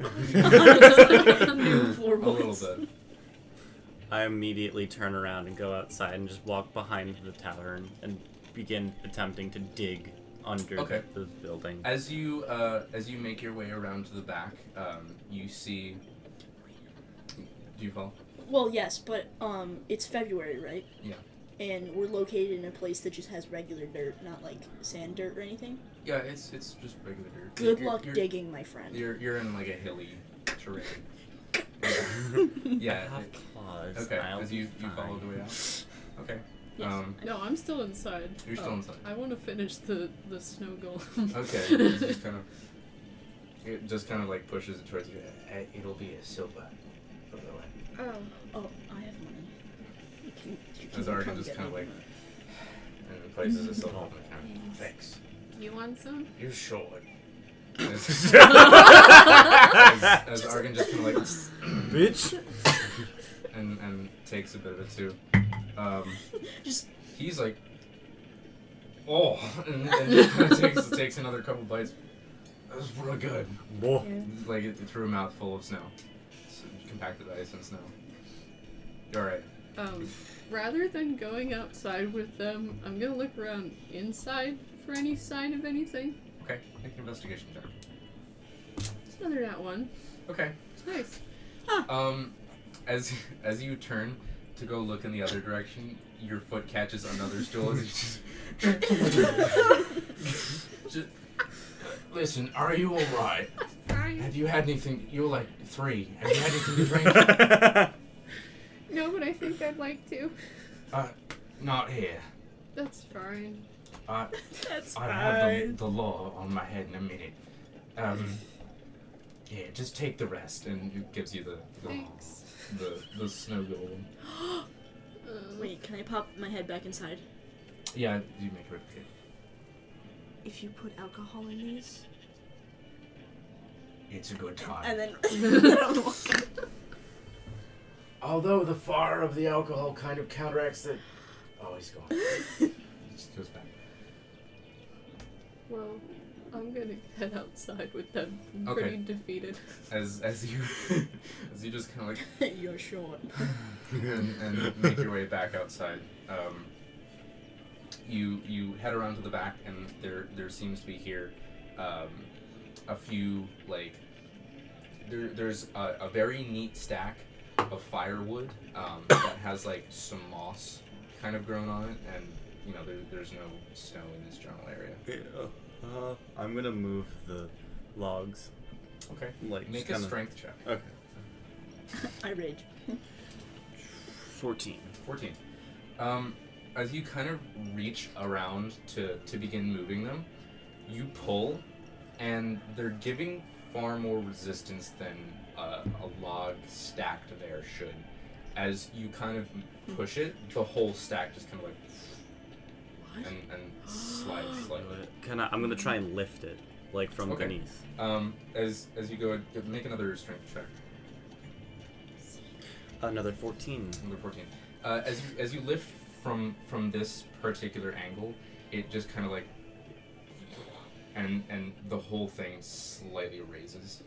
S3: A
S2: new floorboards.
S3: I immediately turn around and go outside and just walk behind the tavern and begin attempting to dig under
S1: Okay.
S3: the building.
S1: As you uh, as you make your way around to the back, um, you see. Do you fall?
S2: Well, yes, but um, it's February, right?
S1: Yeah.
S2: And we're located in a place that just has regular dirt, not like sand dirt or anything.
S1: Yeah, it's it's just regular dirt.
S2: Good
S1: You're-
S2: luck
S1: you're,
S2: digging, my friend.
S1: You're you're in like a hilly terrain. Yeah.
S4: I
S1: yeah.
S4: have claws.
S1: Okay.
S4: I'll
S1: As you
S4: be
S1: you follow
S4: fine.
S1: the way out. Okay.
S2: Yes.
S1: Um,
S5: No, I'm still inside.
S1: You're still inside.
S5: I want to finish the the snow golem.
S1: Okay. it's just kind of, it just kind of like pushes it towards you. It'll be a silver, by the way.
S5: oh,
S2: Oh, I have money. You can, you can
S1: As Arden
S2: come
S1: just
S2: get
S1: kinda
S2: me.
S1: like- And it places a silver on the counter. Thanks.
S5: you want some?
S1: You're short. as, as Argon just kind of like
S3: Bitch!
S1: and and takes a bit of it too. Um,
S2: Just-
S1: he's like, oh, and, and just kind of takes takes another couple bites. That's real good.
S3: Whoa.
S1: Like it, it threw a mouthful of snow, S compacted ice and snow. All right.
S5: Um, rather than going outside with them, I'm gonna look around inside for any sign of anything.
S1: Okay, make an investigation check.
S5: It's another not one.
S1: Okay.
S5: It's nice.
S1: Um, as as you turn to go look in the other direction, your foot catches another stool. As you just, Just- listen, are you all right?
S5: Fine.
S1: Have you had anything? You're like three. Have you had anything to drink?
S3: Whoa.
S5: No, but I think I'd like to.
S1: uh, not here.
S5: That's fine.
S1: I
S2: That's
S1: I have the, the law on my head in a minute. Um, yeah, just take the rest, and it gives you the
S5: Thanks.
S1: the, the snow golem.
S5: Uh,
S2: Wait, can I pop my head back inside?
S1: Yeah, you make a rip kick.
S2: If you put alcohol in these,
S1: It's a good
S2: and
S1: time.
S2: then
S1: Although the fire of the alcohol kind of counteracts the. Oh, he's gone. he just goes back.
S5: Well, I'm gonna head outside with them. I'm
S1: Okay.
S5: pretty defeated.
S1: As as you as you just kind of like
S2: you're short.
S1: and, and make your way back outside. Um, you you head around to the back, and there there seems to be here um, a few like there there's a, a very neat stack of firewood um, that has like some moss kind of grown on it, and you know there, there's no snow in this general area.
S3: Uh, I'm gonna move the logs.
S1: Okay,
S3: Like,
S1: make
S3: just
S1: a
S3: kinda-
S1: strength check.
S3: Okay.
S2: I rage.
S3: 14.
S1: 14. Um, as you kind of reach around to to begin moving them, you pull, and they're giving far more resistance than a, a log stacked there should. As you kind of push it, the whole stack just kind of like
S2: What?
S1: and and slides slightly.
S3: Can I? I'm gonna try and lift it, like from
S1: Okay.
S3: beneath.
S1: Um, as as you go, make another strength check.
S3: Another 14.
S1: Number fourteen. Uh, as you as you lift from from this particular angle, it just kind of like, and and the whole thing slightly raises.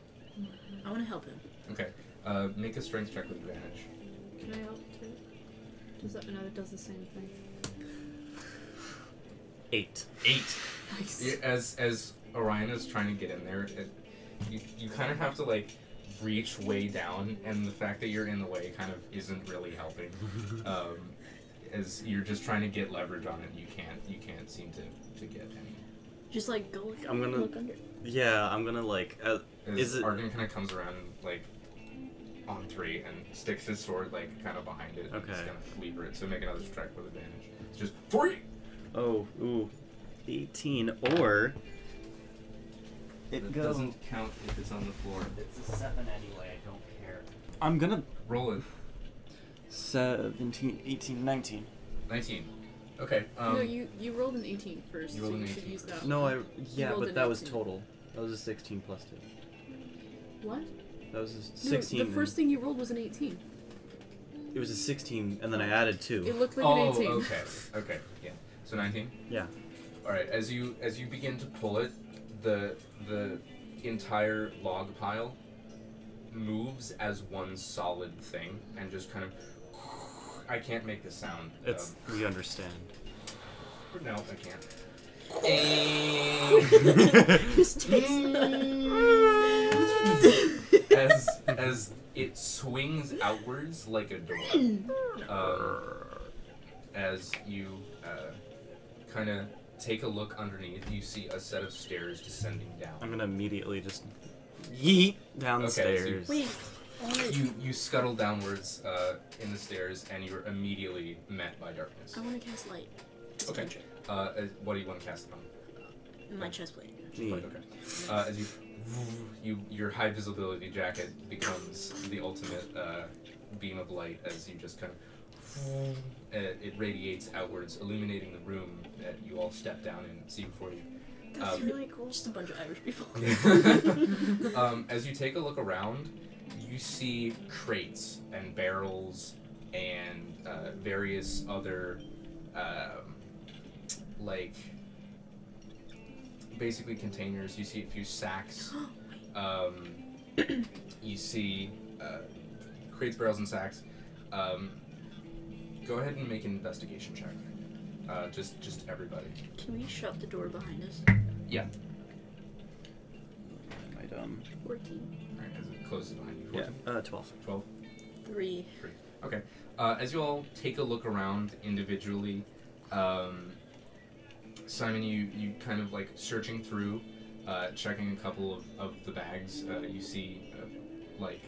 S2: I want to help him.
S1: Okay. Uh, make a strength check with advantage.
S5: Can I help too? Does that another does the same thing?
S3: Eight.
S1: Eight.
S5: Nice.
S1: You- As as Orion is trying to get in there, it, you you kind of have to like reach way down, and the fact that you're in the way kind of isn't really helping. Um, as you're just trying to get leverage on it, you can't you can't seem to to get any.
S2: Just like go. Look,
S3: I'm gonna-
S2: look under.
S3: Yeah, I'm gonna like. Uh,
S1: As
S3: Is it-
S1: Argon kind of comes around like on three and sticks his sword like kind of behind it. And just
S3: Okay.
S1: kind of lever it. So make another strike with advantage. It's just three.
S3: oh, ooh, 18 or.
S1: It doesn't count if it's on the floor.
S4: It's a seven anyway. I don't care.
S3: I'm gonna.
S1: Roll it.
S3: 17, 18, 19.
S1: Nineteen. Okay. Um,
S5: no, you you rolled an 18 first,
S1: You rolled
S5: so
S1: an
S5: you should
S1: 18
S5: use
S1: first.
S5: that.
S3: No,
S5: one.
S3: I. Yeah,
S5: rolled
S3: but
S5: a
S3: that was
S5: 19.
S3: total. That was a 16 plus 2.
S5: What?
S3: That was a
S5: No,
S3: 16.
S5: the
S3: and-
S5: first thing you rolled was an 18.
S3: It was a 16, and then I added 2.
S5: It looked like
S1: oh,
S5: an 18.
S1: okay. Okay. Yeah. So nineteen.
S3: Yeah.
S1: All right. As you as you begin to pull it, the the entire log pile moves as one solid thing and just kind of. I can't make the sound. um,
S3: It's. We understand.
S1: No, I can't.
S2: Just takes.
S1: as as it swings outwards like a door, um, as you uh, kind of take a look underneath, you see a set of stairs descending
S3: I'm
S1: down.
S3: gonna immediately just. Yeet downstairs.
S2: Wait. I
S1: You you scuttle downwards uh, in the stairs, and you're immediately met by darkness.
S2: want to cast light.
S1: Okay. Uh, uh, what do you want to cast it on?
S2: in My chest plate.
S1: Like, okay. Uh, as you, you, your high visibility jacket becomes the ultimate uh, beam of light as you just kind of. uh, It, it radiates outwards, illuminating the room that you all step down and see before
S2: That's
S1: Um,
S2: really cool. Just a bunch of Irish people.
S1: you. um, as you take a look around, you see crates and barrels and uh, various other, um, like, basically containers. You see a few sacks. Um, you see uh, crates, barrels, and sacks. Um, go ahead and make an investigation check. Uh, just, just everybody.
S2: Can we shut the door behind us?
S3: Am I dumb?
S2: 14.
S1: All right, as it closes behind you.
S3: Yeah.
S1: 14,
S3: Uh, 12.
S1: 12.
S2: Three.
S1: Uh, as you all take a look around individually, um, Simon, you, you kind of like searching through, uh, checking a couple of, of the bags. Uh, you see, uh, like,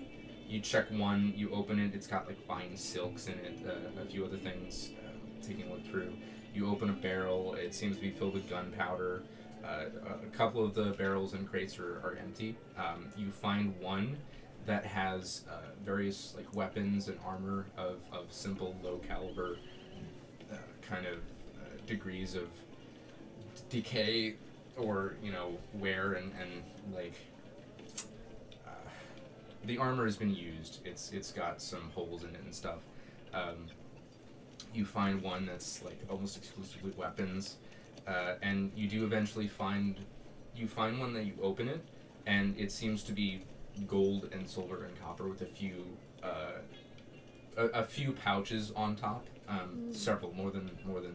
S1: you check one, you open it, it's got like fine silks in it, uh, a few other things, uh, taking a look through. You open a barrel, it seems to be filled with gunpowder. Uh, a- a couple of the barrels and crates are, are empty. Um, you find one that has uh, various like weapons and armor of, of simple low caliber uh, kind of uh, degrees of decay or you know wear and, and like uh, the armor has been used it's it's got some holes in it and stuff um, you find one that's like almost exclusively weapons uh, and you do eventually find you find one that you open it and it seems to be gold and silver and copper with a few uh, a, a few pouches on top um, several more than more than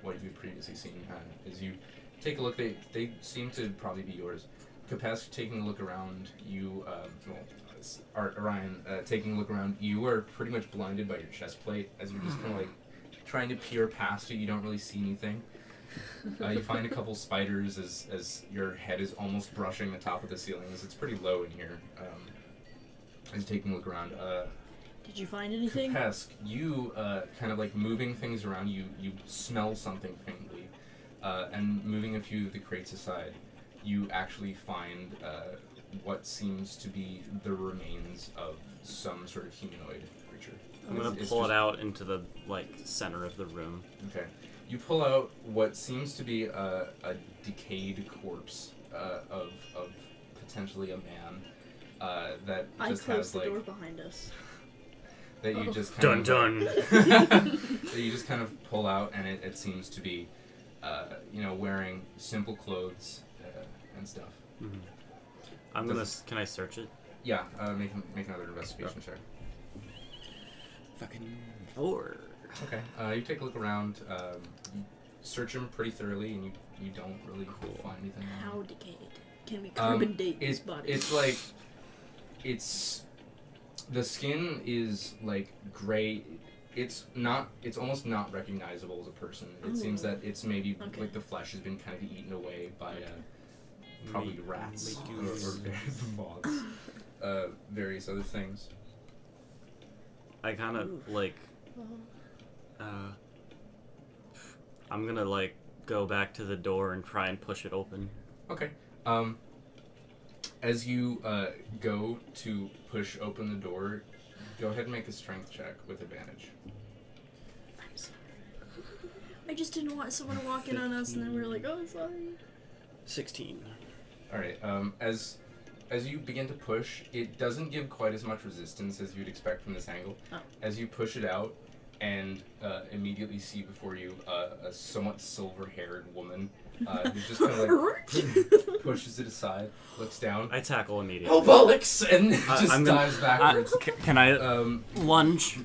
S1: what you've previously seen uh, as you take a look they they seem to probably be yours Capesk taking a look around you um, well s- Ar- Orion uh, taking a look around you are pretty much blinded by your chest plate as you're just kind of like trying to peer past it you don't really see anything uh, you find a couple spiders as, as your head is almost brushing the top of the ceiling. As it's pretty low in here. Um, as you're taking a look around, uh,
S2: Did you find anything?
S1: Pesk, you uh, kind of like moving things around. You you smell something faintly, uh, and moving a few of the crates aside, you actually find uh, what seems to be the remains of some sort of humanoid creature.
S3: I'm gonna
S1: It's- it's
S3: pull
S1: just-
S3: it out into the like center of the room.
S1: Okay. You pull out what seems to be a, a decayed corpse uh, of, of potentially a man uh, that
S2: I
S1: just
S2: closed
S1: has
S2: the
S1: like
S2: door behind us.
S1: that you
S5: Oh.
S1: just kind
S3: Dun
S1: of
S3: dun.
S1: that you just kind of pull out and it, it seems to be uh, you know wearing simple clothes uh, and stuff.
S3: I'm gonna. s- Can I search it?
S1: Yeah, uh, make an- make another investigation check.
S3: Fucking four.
S1: Okay. Uh, you take a look around. Um, you search him pretty thoroughly, and you you don't really find anything.
S2: How decayed? Can we
S1: Um,
S2: carbon date
S1: it's,
S2: this body?
S1: It's like it's the skin is like gray. It's not. It's almost not recognizable as a person. It seems
S2: Ooh.
S1: that it's maybe
S2: Oh. Okay.
S1: like the flesh has been kind of eaten away by uh, probably
S3: Me-
S1: rats
S3: me
S1: or, or
S3: goose.
S1: various moths, uh, various other things.
S3: I kind
S2: Ooh.
S3: of like. Uh, I'm gonna like go back to the door and try and push it open.
S1: Okay. Um, as you uh, go to push open the door, go ahead and make a strength check with advantage.
S2: I'm sorry. I just didn't want someone to walk in on us and then we were like, oh, sorry.
S3: Sixteen.
S1: All right. Um, as as you begin to push, it doesn't give quite as much resistance as you'd expect from this angle.
S2: Oh.
S1: As you push it out, and uh, immediately see before you uh, a somewhat silver-haired woman uh, who just kind of like pushes it aside, looks down.
S3: I tackle immediately.
S1: Oh bollocks! And
S3: I-
S1: just
S3: I'm gonna-
S1: dives
S3: I-
S1: backwards.
S3: c- can I
S1: um,
S3: lunge?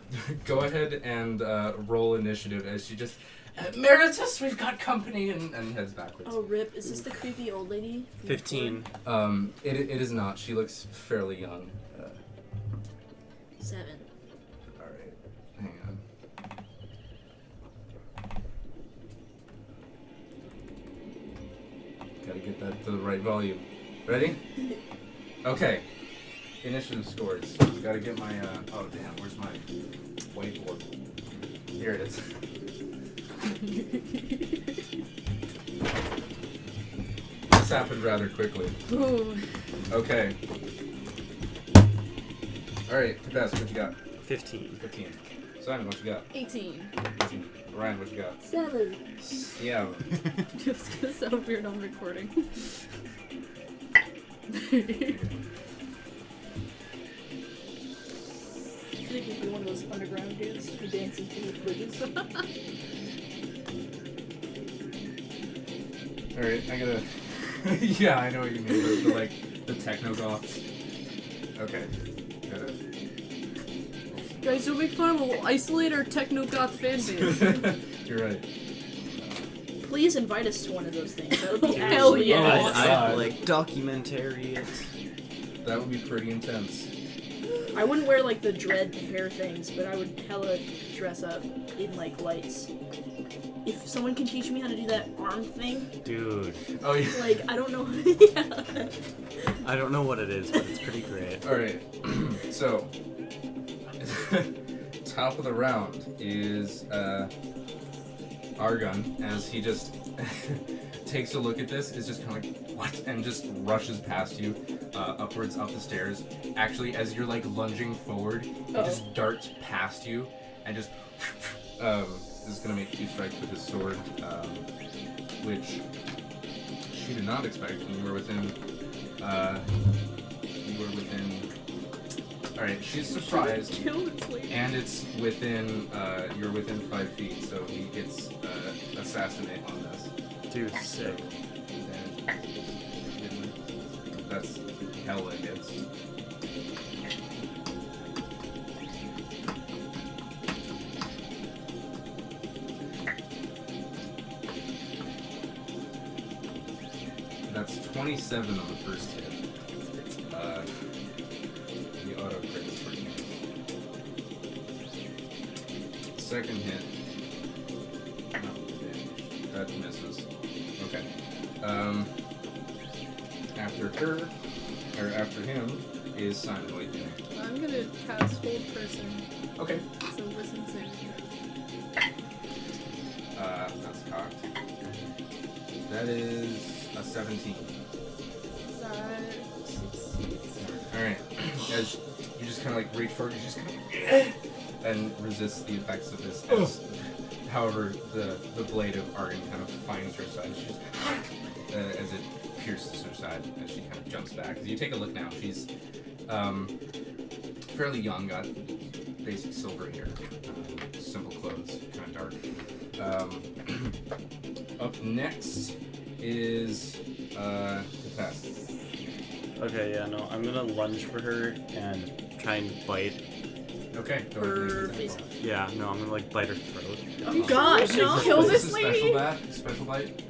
S1: go ahead and uh, roll initiative as she just uh, Meritus, we've got company, and, and heads backwards.
S2: oh, Rip, is this the creepy old lady? from
S3: Fifteen.
S1: Um, it, it is not. She looks fairly young. Uh,
S2: before? Seven.
S1: All right, hang on. Gotta get that to the right volume. Ready? Okay. Initiative scores. Gotta get my. Uh, oh damn, where's my whiteboard? Here it is. this happened rather quickly.
S5: Ooh.
S1: Okay. All right, Capes, what you got?
S3: Fifteen.
S1: 15. Simon, what you got?
S5: 18.
S1: Ryan, what you got?
S2: Seven.
S1: Yeah.
S5: Just gonna sound weird on recording.
S2: I think it'd be one of those underground dudes who dances to the bridges.
S1: All right, I gotta. yeah, I know what you mean. The, the, like the techno goths. Okay. Got
S5: Guys, don't make fun. We'll isolate our techno goth fan base.
S1: it. You're right.
S2: Please invite us to one of those things. That would be
S5: Hell
S2: actually
S5: yeah.
S2: awesome.
S1: I- I-
S3: Oh, like documentary it.
S1: That would be pretty intense.
S2: I wouldn't wear like the dread hair things, but I would hella dress up in like lights. If someone can teach me how to do that arm thing,
S3: Dude,
S1: Oh yeah.
S2: like I don't know. yeah.
S3: I don't know what it is, but it's pretty great.
S1: All right. so, top of the round is uh, Argon as he just takes a look at this. Is just kind of like what, and just rushes past you, uh, upwards up the stairs. Actually, as you're like lunging forward, he
S2: Oh.
S1: just darts past you and just um, is gonna make two strikes with his sword, um, which she did not expect when you were within. Uh, you were within. All right, she's surprised,
S5: Kill this lady.
S1: and it's within. Uh, you're within five feet, so he gets uh, assassinate on this.
S3: Dude, sick.
S1: And that's hella hits. That's 27 on the first hit. Uh, the auto crit is working. Second hit. Not damage. That misses. Okay. Um, after her, or after him, is Simon White.
S5: I'm gonna household person,
S1: Okay.
S5: so listen to me.
S1: Uh, that's cocked. That is a 17.
S5: So, succeeds.
S1: Alright. As you just kind of like reach forward, you just kind of. and resist the effects of this. As, however, the, the blade of Argon kind of finds her side. She's. Uh, as it pierces her side, as she kind of jumps back. As you take a look now, she's um, fairly young, got basic silver hair, um, simple clothes, kind of dark. Um, up next is uh, Capacity.
S3: Okay, yeah, no, I'm gonna lunge for her and try and bite.
S1: Okay. go ahead and
S2: Her
S1: make an
S2: face.
S1: example.
S3: Yeah, no, I'm gonna like bite her throat.
S2: Oh God, no!
S1: Is
S2: Kill
S1: is
S2: this
S1: a Special
S2: lady.
S1: bite? Special bite?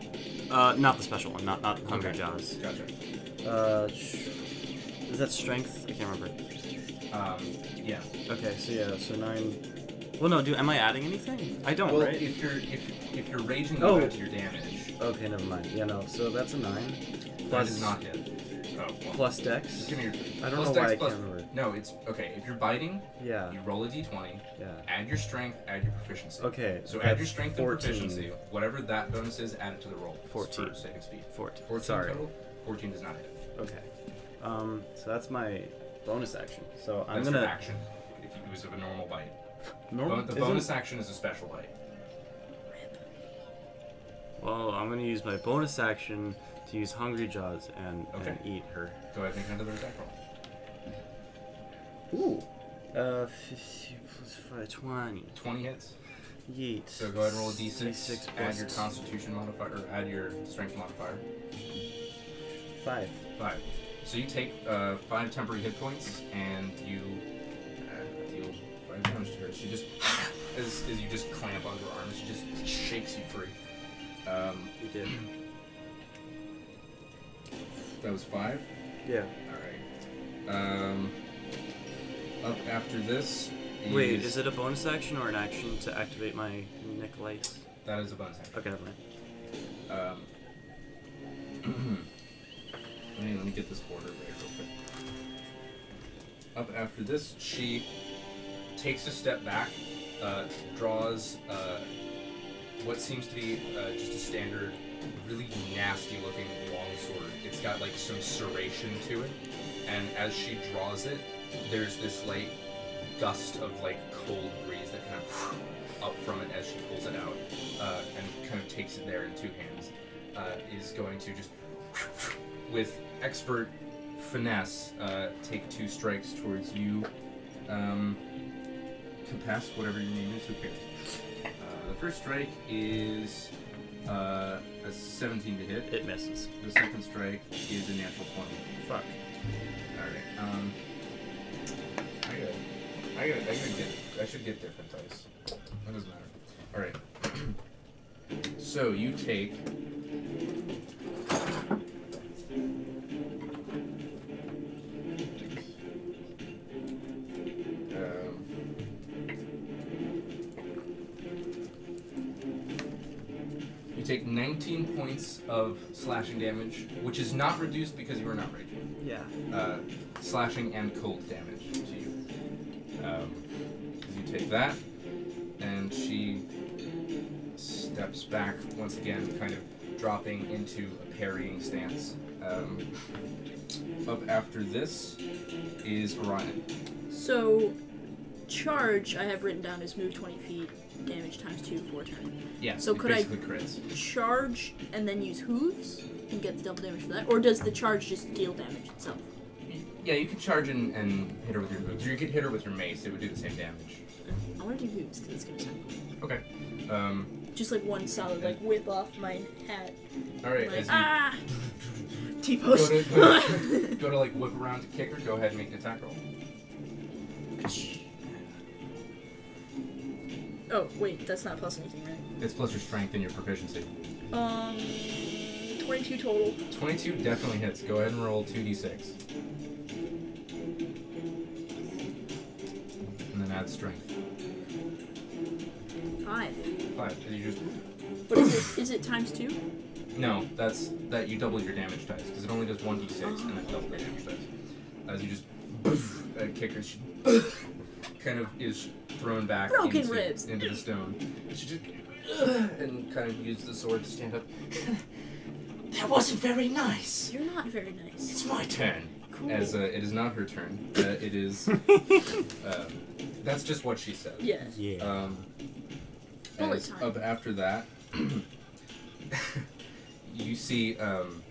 S3: Uh, not the special one, not not Hungry
S1: Okay.
S3: Jaws.
S1: Gotcha.
S3: Uh, sh- is that strength? I can't remember.
S1: Um, yeah.
S3: Okay, so yeah, so nine. Well, no, do am I adding anything? I don't,
S1: Well,
S3: right?
S1: if you're if, if you're raging, you
S3: Oh.
S1: add to your damage.
S3: Okay, never mind. Yeah, no. So that's a nine.
S1: That
S3: Plus
S1: is not hit. Oh. Well.
S3: plus dex.
S1: Just give me your.
S3: I don't
S1: plus
S3: know why
S1: dex
S3: I
S1: plus-
S3: can't remember.
S1: No, it's okay. If you're biting,
S3: Yeah,
S1: you roll a d20,
S3: yeah.
S1: add your strength, add your proficiency.
S3: Okay.
S1: So
S3: that's
S1: add your strength
S3: 14.
S1: and proficiency. Whatever that bonus is, add it to the roll. It's
S3: 14.
S1: For saving speed.
S3: 14.
S1: 14
S3: Sorry.
S1: total. 14 does not hit.
S3: Okay. Um. So that's my bonus action. So I'm
S1: That's your
S3: gonna
S1: action. If you use of a normal bite.
S3: normal.
S1: Bon- the
S3: isn't-
S1: bonus action is a special bite.
S3: Well, I'm gonna use my bonus action to use Hungry Jaws and,
S1: Okay.
S3: and eat her.
S1: Go ahead and make another attack roll.
S3: Ooh. Uh, 50 plus 5, 20.
S1: 20 hits.
S3: Yeet.
S1: So go ahead and roll a d6.
S3: D6
S1: add
S3: plus
S1: your constitution modifier, or add your strength modifier.
S3: 5.
S1: Five. So you take uh, five temporary hit points, and you uh, deal five damage to her. She just, as, as you just clamp onto her arm, she just shakes you free. Um,
S3: You did.
S1: that was five.
S3: Yeah.
S1: All right. Um, up after this.
S3: Wait, is it a bonus action or an action to activate my Nick lights?
S1: That is a bonus action.
S3: Okay, never mind.
S1: Um, let, me, let me get this order right real quick. Up after this, she takes a step back, uh, draws uh, what seems to be uh, just a standard, really nasty looking longsword. It's got like some serration to it, and as she draws it, there's this like gust of like cold breeze that kind of up from it as she pulls it out uh, and kind of takes it there in two hands, uh, is going to just, with expert finesse, uh, take two strikes towards you. Um, Capass, whatever your name is, who cares? Uh, the first strike is uh, a 17 to hit.
S3: It misses.
S1: The second strike is a natural 20.
S3: Fuck.
S1: Alright, um. I gotta, I gotta, I gotta get, I should get different dice. That doesn't matter. Alright. so you take. Um, You take 19 points of slashing damage, which is not reduced because you are not raging
S3: Yeah.
S1: uh, slashing and cold damage to you. Um, you take that, and she steps back once again, kind of dropping into a parrying stance. Um, up after this is Orion.
S2: So, charge I have written down is move 20 feet, damage times two for turn.
S1: Yeah.
S2: So
S1: it
S2: could I-
S1: basically crits.
S2: Charge and then use hooves and get the double damage for that, or does the charge just deal damage itself?
S1: Yeah, you could charge and, and hit her with your moves. You could hit her with your mace. It would do the same damage.
S2: I want to do hooves because it's gonna sound cool.
S1: Okay. Um,
S2: Just like one solid, like whip off my hat,
S1: all right.
S2: like
S1: As you
S2: ah, T
S1: go,
S2: pose.
S1: to, go, to, go to like whip around to kick her. Go ahead and make an attack roll.
S2: oh wait, that's not plus anything, right?
S1: It's plus your strength and your proficiency.
S2: Um, 22 total.
S1: 22 definitely hits. Go ahead and roll 2d6. And then add strength.
S2: Five.
S1: Five. Did you just...
S2: But is it, is it times two?
S1: No, that's that you double your damage dice because it only does 1d6 and then double the damage dice. As you just, uh, kicker. She kind of is thrown back
S2: Broken
S1: into,
S2: ribs.
S1: into the stone. She just and kind of uses the sword to stand up. That wasn't very nice.
S2: You're not very nice.
S1: It's my turn.
S2: Cool.
S1: As uh, it is not her turn. Uh, it is. Uh, that's just what she said.
S2: yeah.
S3: yeah.
S1: Um,
S2: Bullet
S1: as
S2: time.
S1: Up after that, you see um,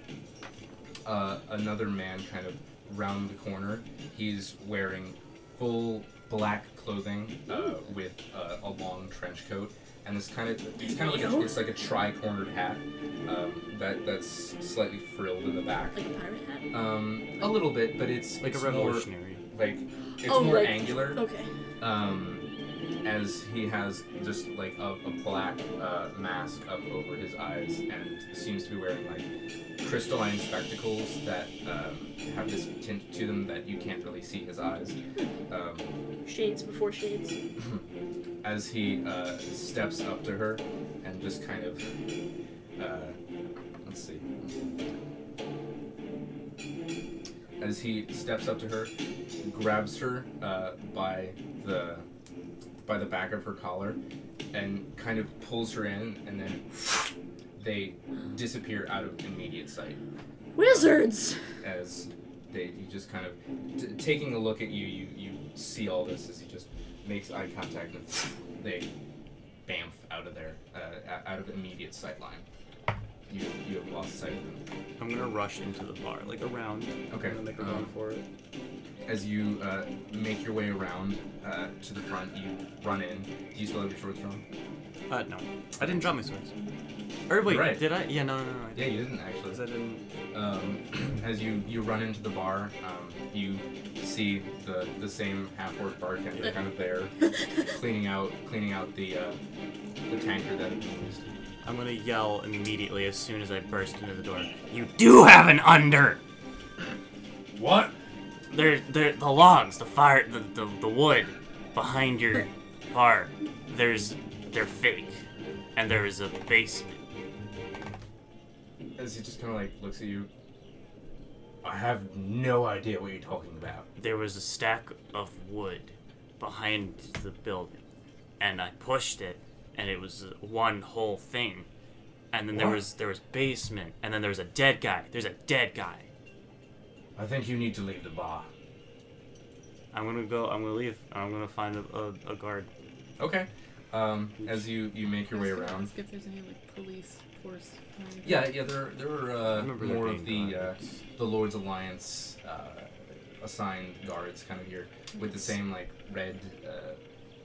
S1: uh, another man kind of round the corner. He's wearing full black clothing uh, with uh, a long trench coat, and this kind of it's kind of like a,
S2: Ew.
S1: it's like a tri-cornered hat um, that that's slightly frilled in the back.
S2: Like a pirate hat.
S1: Um, a little bit, but it's
S3: like a
S1: it's
S3: revolutionary.
S1: More, like it's
S2: Oh,
S1: more
S2: like- oh.
S1: angular
S2: Okay.
S1: um, as he has just like a, a black uh, mask up over his eyes and seems to be wearing like crystalline spectacles that um, have this tint to them that you can't really see his eyes. Um,
S2: Shades before shades.
S1: as he uh, steps up to her and just kind of, uh, let's see. As he steps up to her, grabs her uh, by the by the back of her collar, and kind of pulls her in, and then they disappear out of immediate sight
S2: Wizards!
S1: as they you just kind of t- taking a look at you, you you see all this as he just makes eye contact and they bamf out of there uh, o- out of immediate sight line. You you have lost sight of them.
S3: I'm gonna rush into the bar, like around.
S1: Okay,
S3: I'm gonna make a
S1: um,
S3: run for it.
S1: As you uh, make your way around uh, to the front, you run in. Do you still have your sword strong?
S3: Uh, no, I didn't drop my swords. Or wait,
S1: Right.
S3: did I? Yeah, no, no, no. I
S1: Yeah,
S3: didn't.
S1: you didn't actually.
S3: 'Cause I didn't.
S1: um, as you, you run into the bar, um, you see the the same half orc bartender kind of there, cleaning out cleaning out the uh, the tanker that had been used.
S3: I'm gonna yell immediately as soon as I burst into the door. You do have an under.
S1: What?
S3: There, there, the logs, the fire, the, the, the wood behind your bar. There's, they're fake, and there is a basement.
S1: As he just kind of like looks at you. I have no idea what you're talking about.
S3: There was a stack of wood behind the building, and I pushed it, and it was one whole thing. And then there
S1: What?
S3: was there was basement, and then there was a dead guy. There's a dead guy.
S1: I think you need to leave the bar.
S3: I'm gonna go. I'm gonna leave. I'm gonna find a, a, a guard.
S1: Okay. Um, as you you make your way around.
S5: Ask if there's any like police force. um,
S1: Yeah, yeah. There there were
S3: I
S1: uh,
S3: remember there
S1: more of
S3: being
S1: the uh,
S3: guards.
S1: the Lord's Alliance uh, assigned guards kind of here with the same like red uh,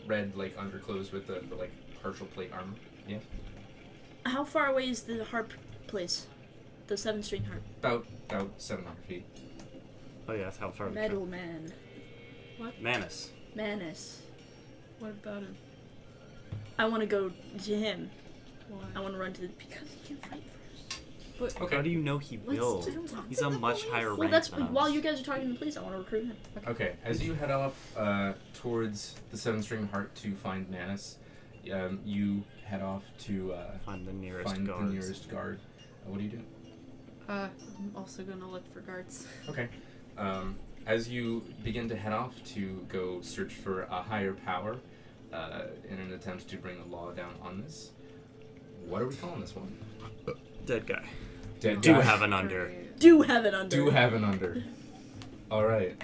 S1: red like underclothes with the, the like partial plate armor. Yeah,
S2: How far away is the harp place? The seven string harp.
S1: about about seven hundred feet.
S3: Oh yeah, that's how far.
S2: Metal man.
S3: Manus.
S2: Manus.
S5: What about him?
S2: I want to go to him. I
S5: Why?
S2: want to run to the. Because he can fight first.
S3: How
S1: Okay.
S3: do you know he
S2: Let's
S3: will?
S2: just talk
S3: He's
S2: to
S3: a
S2: the
S3: much
S2: police.
S3: higher
S2: Well,
S3: rank
S2: that's
S3: than us.
S2: while you guys are talking to the police. I want to recruit him.
S1: Okay. As you head off uh, towards the Seven String Heart to find Manus, um, you head off to uh,
S3: find the nearest
S1: find
S3: guards.
S1: the nearest guard. Uh, what do you do?
S5: Uh, I'm also gonna look for guards.
S1: Okay. Um, as you begin to head off to go search for a higher power uh, in an attempt to bring the law down on this, what are we calling this one?
S3: Dead guy.
S1: Dead
S3: Do
S1: guy.
S3: have an under.
S2: Do have it under.
S1: do have an under. All right.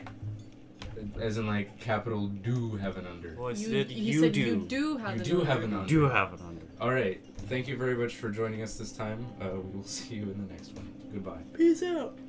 S1: As in like capital do have an under.
S3: Well, I
S5: You,
S3: said
S5: you
S3: you,
S5: said
S3: do.
S5: you do have
S1: You
S5: an
S1: do
S5: order.
S1: have an under.
S3: do have an under.
S1: All right. Thank you very much for joining us this time. Uh, we will see you in the next one. Goodbye.
S2: Peace out.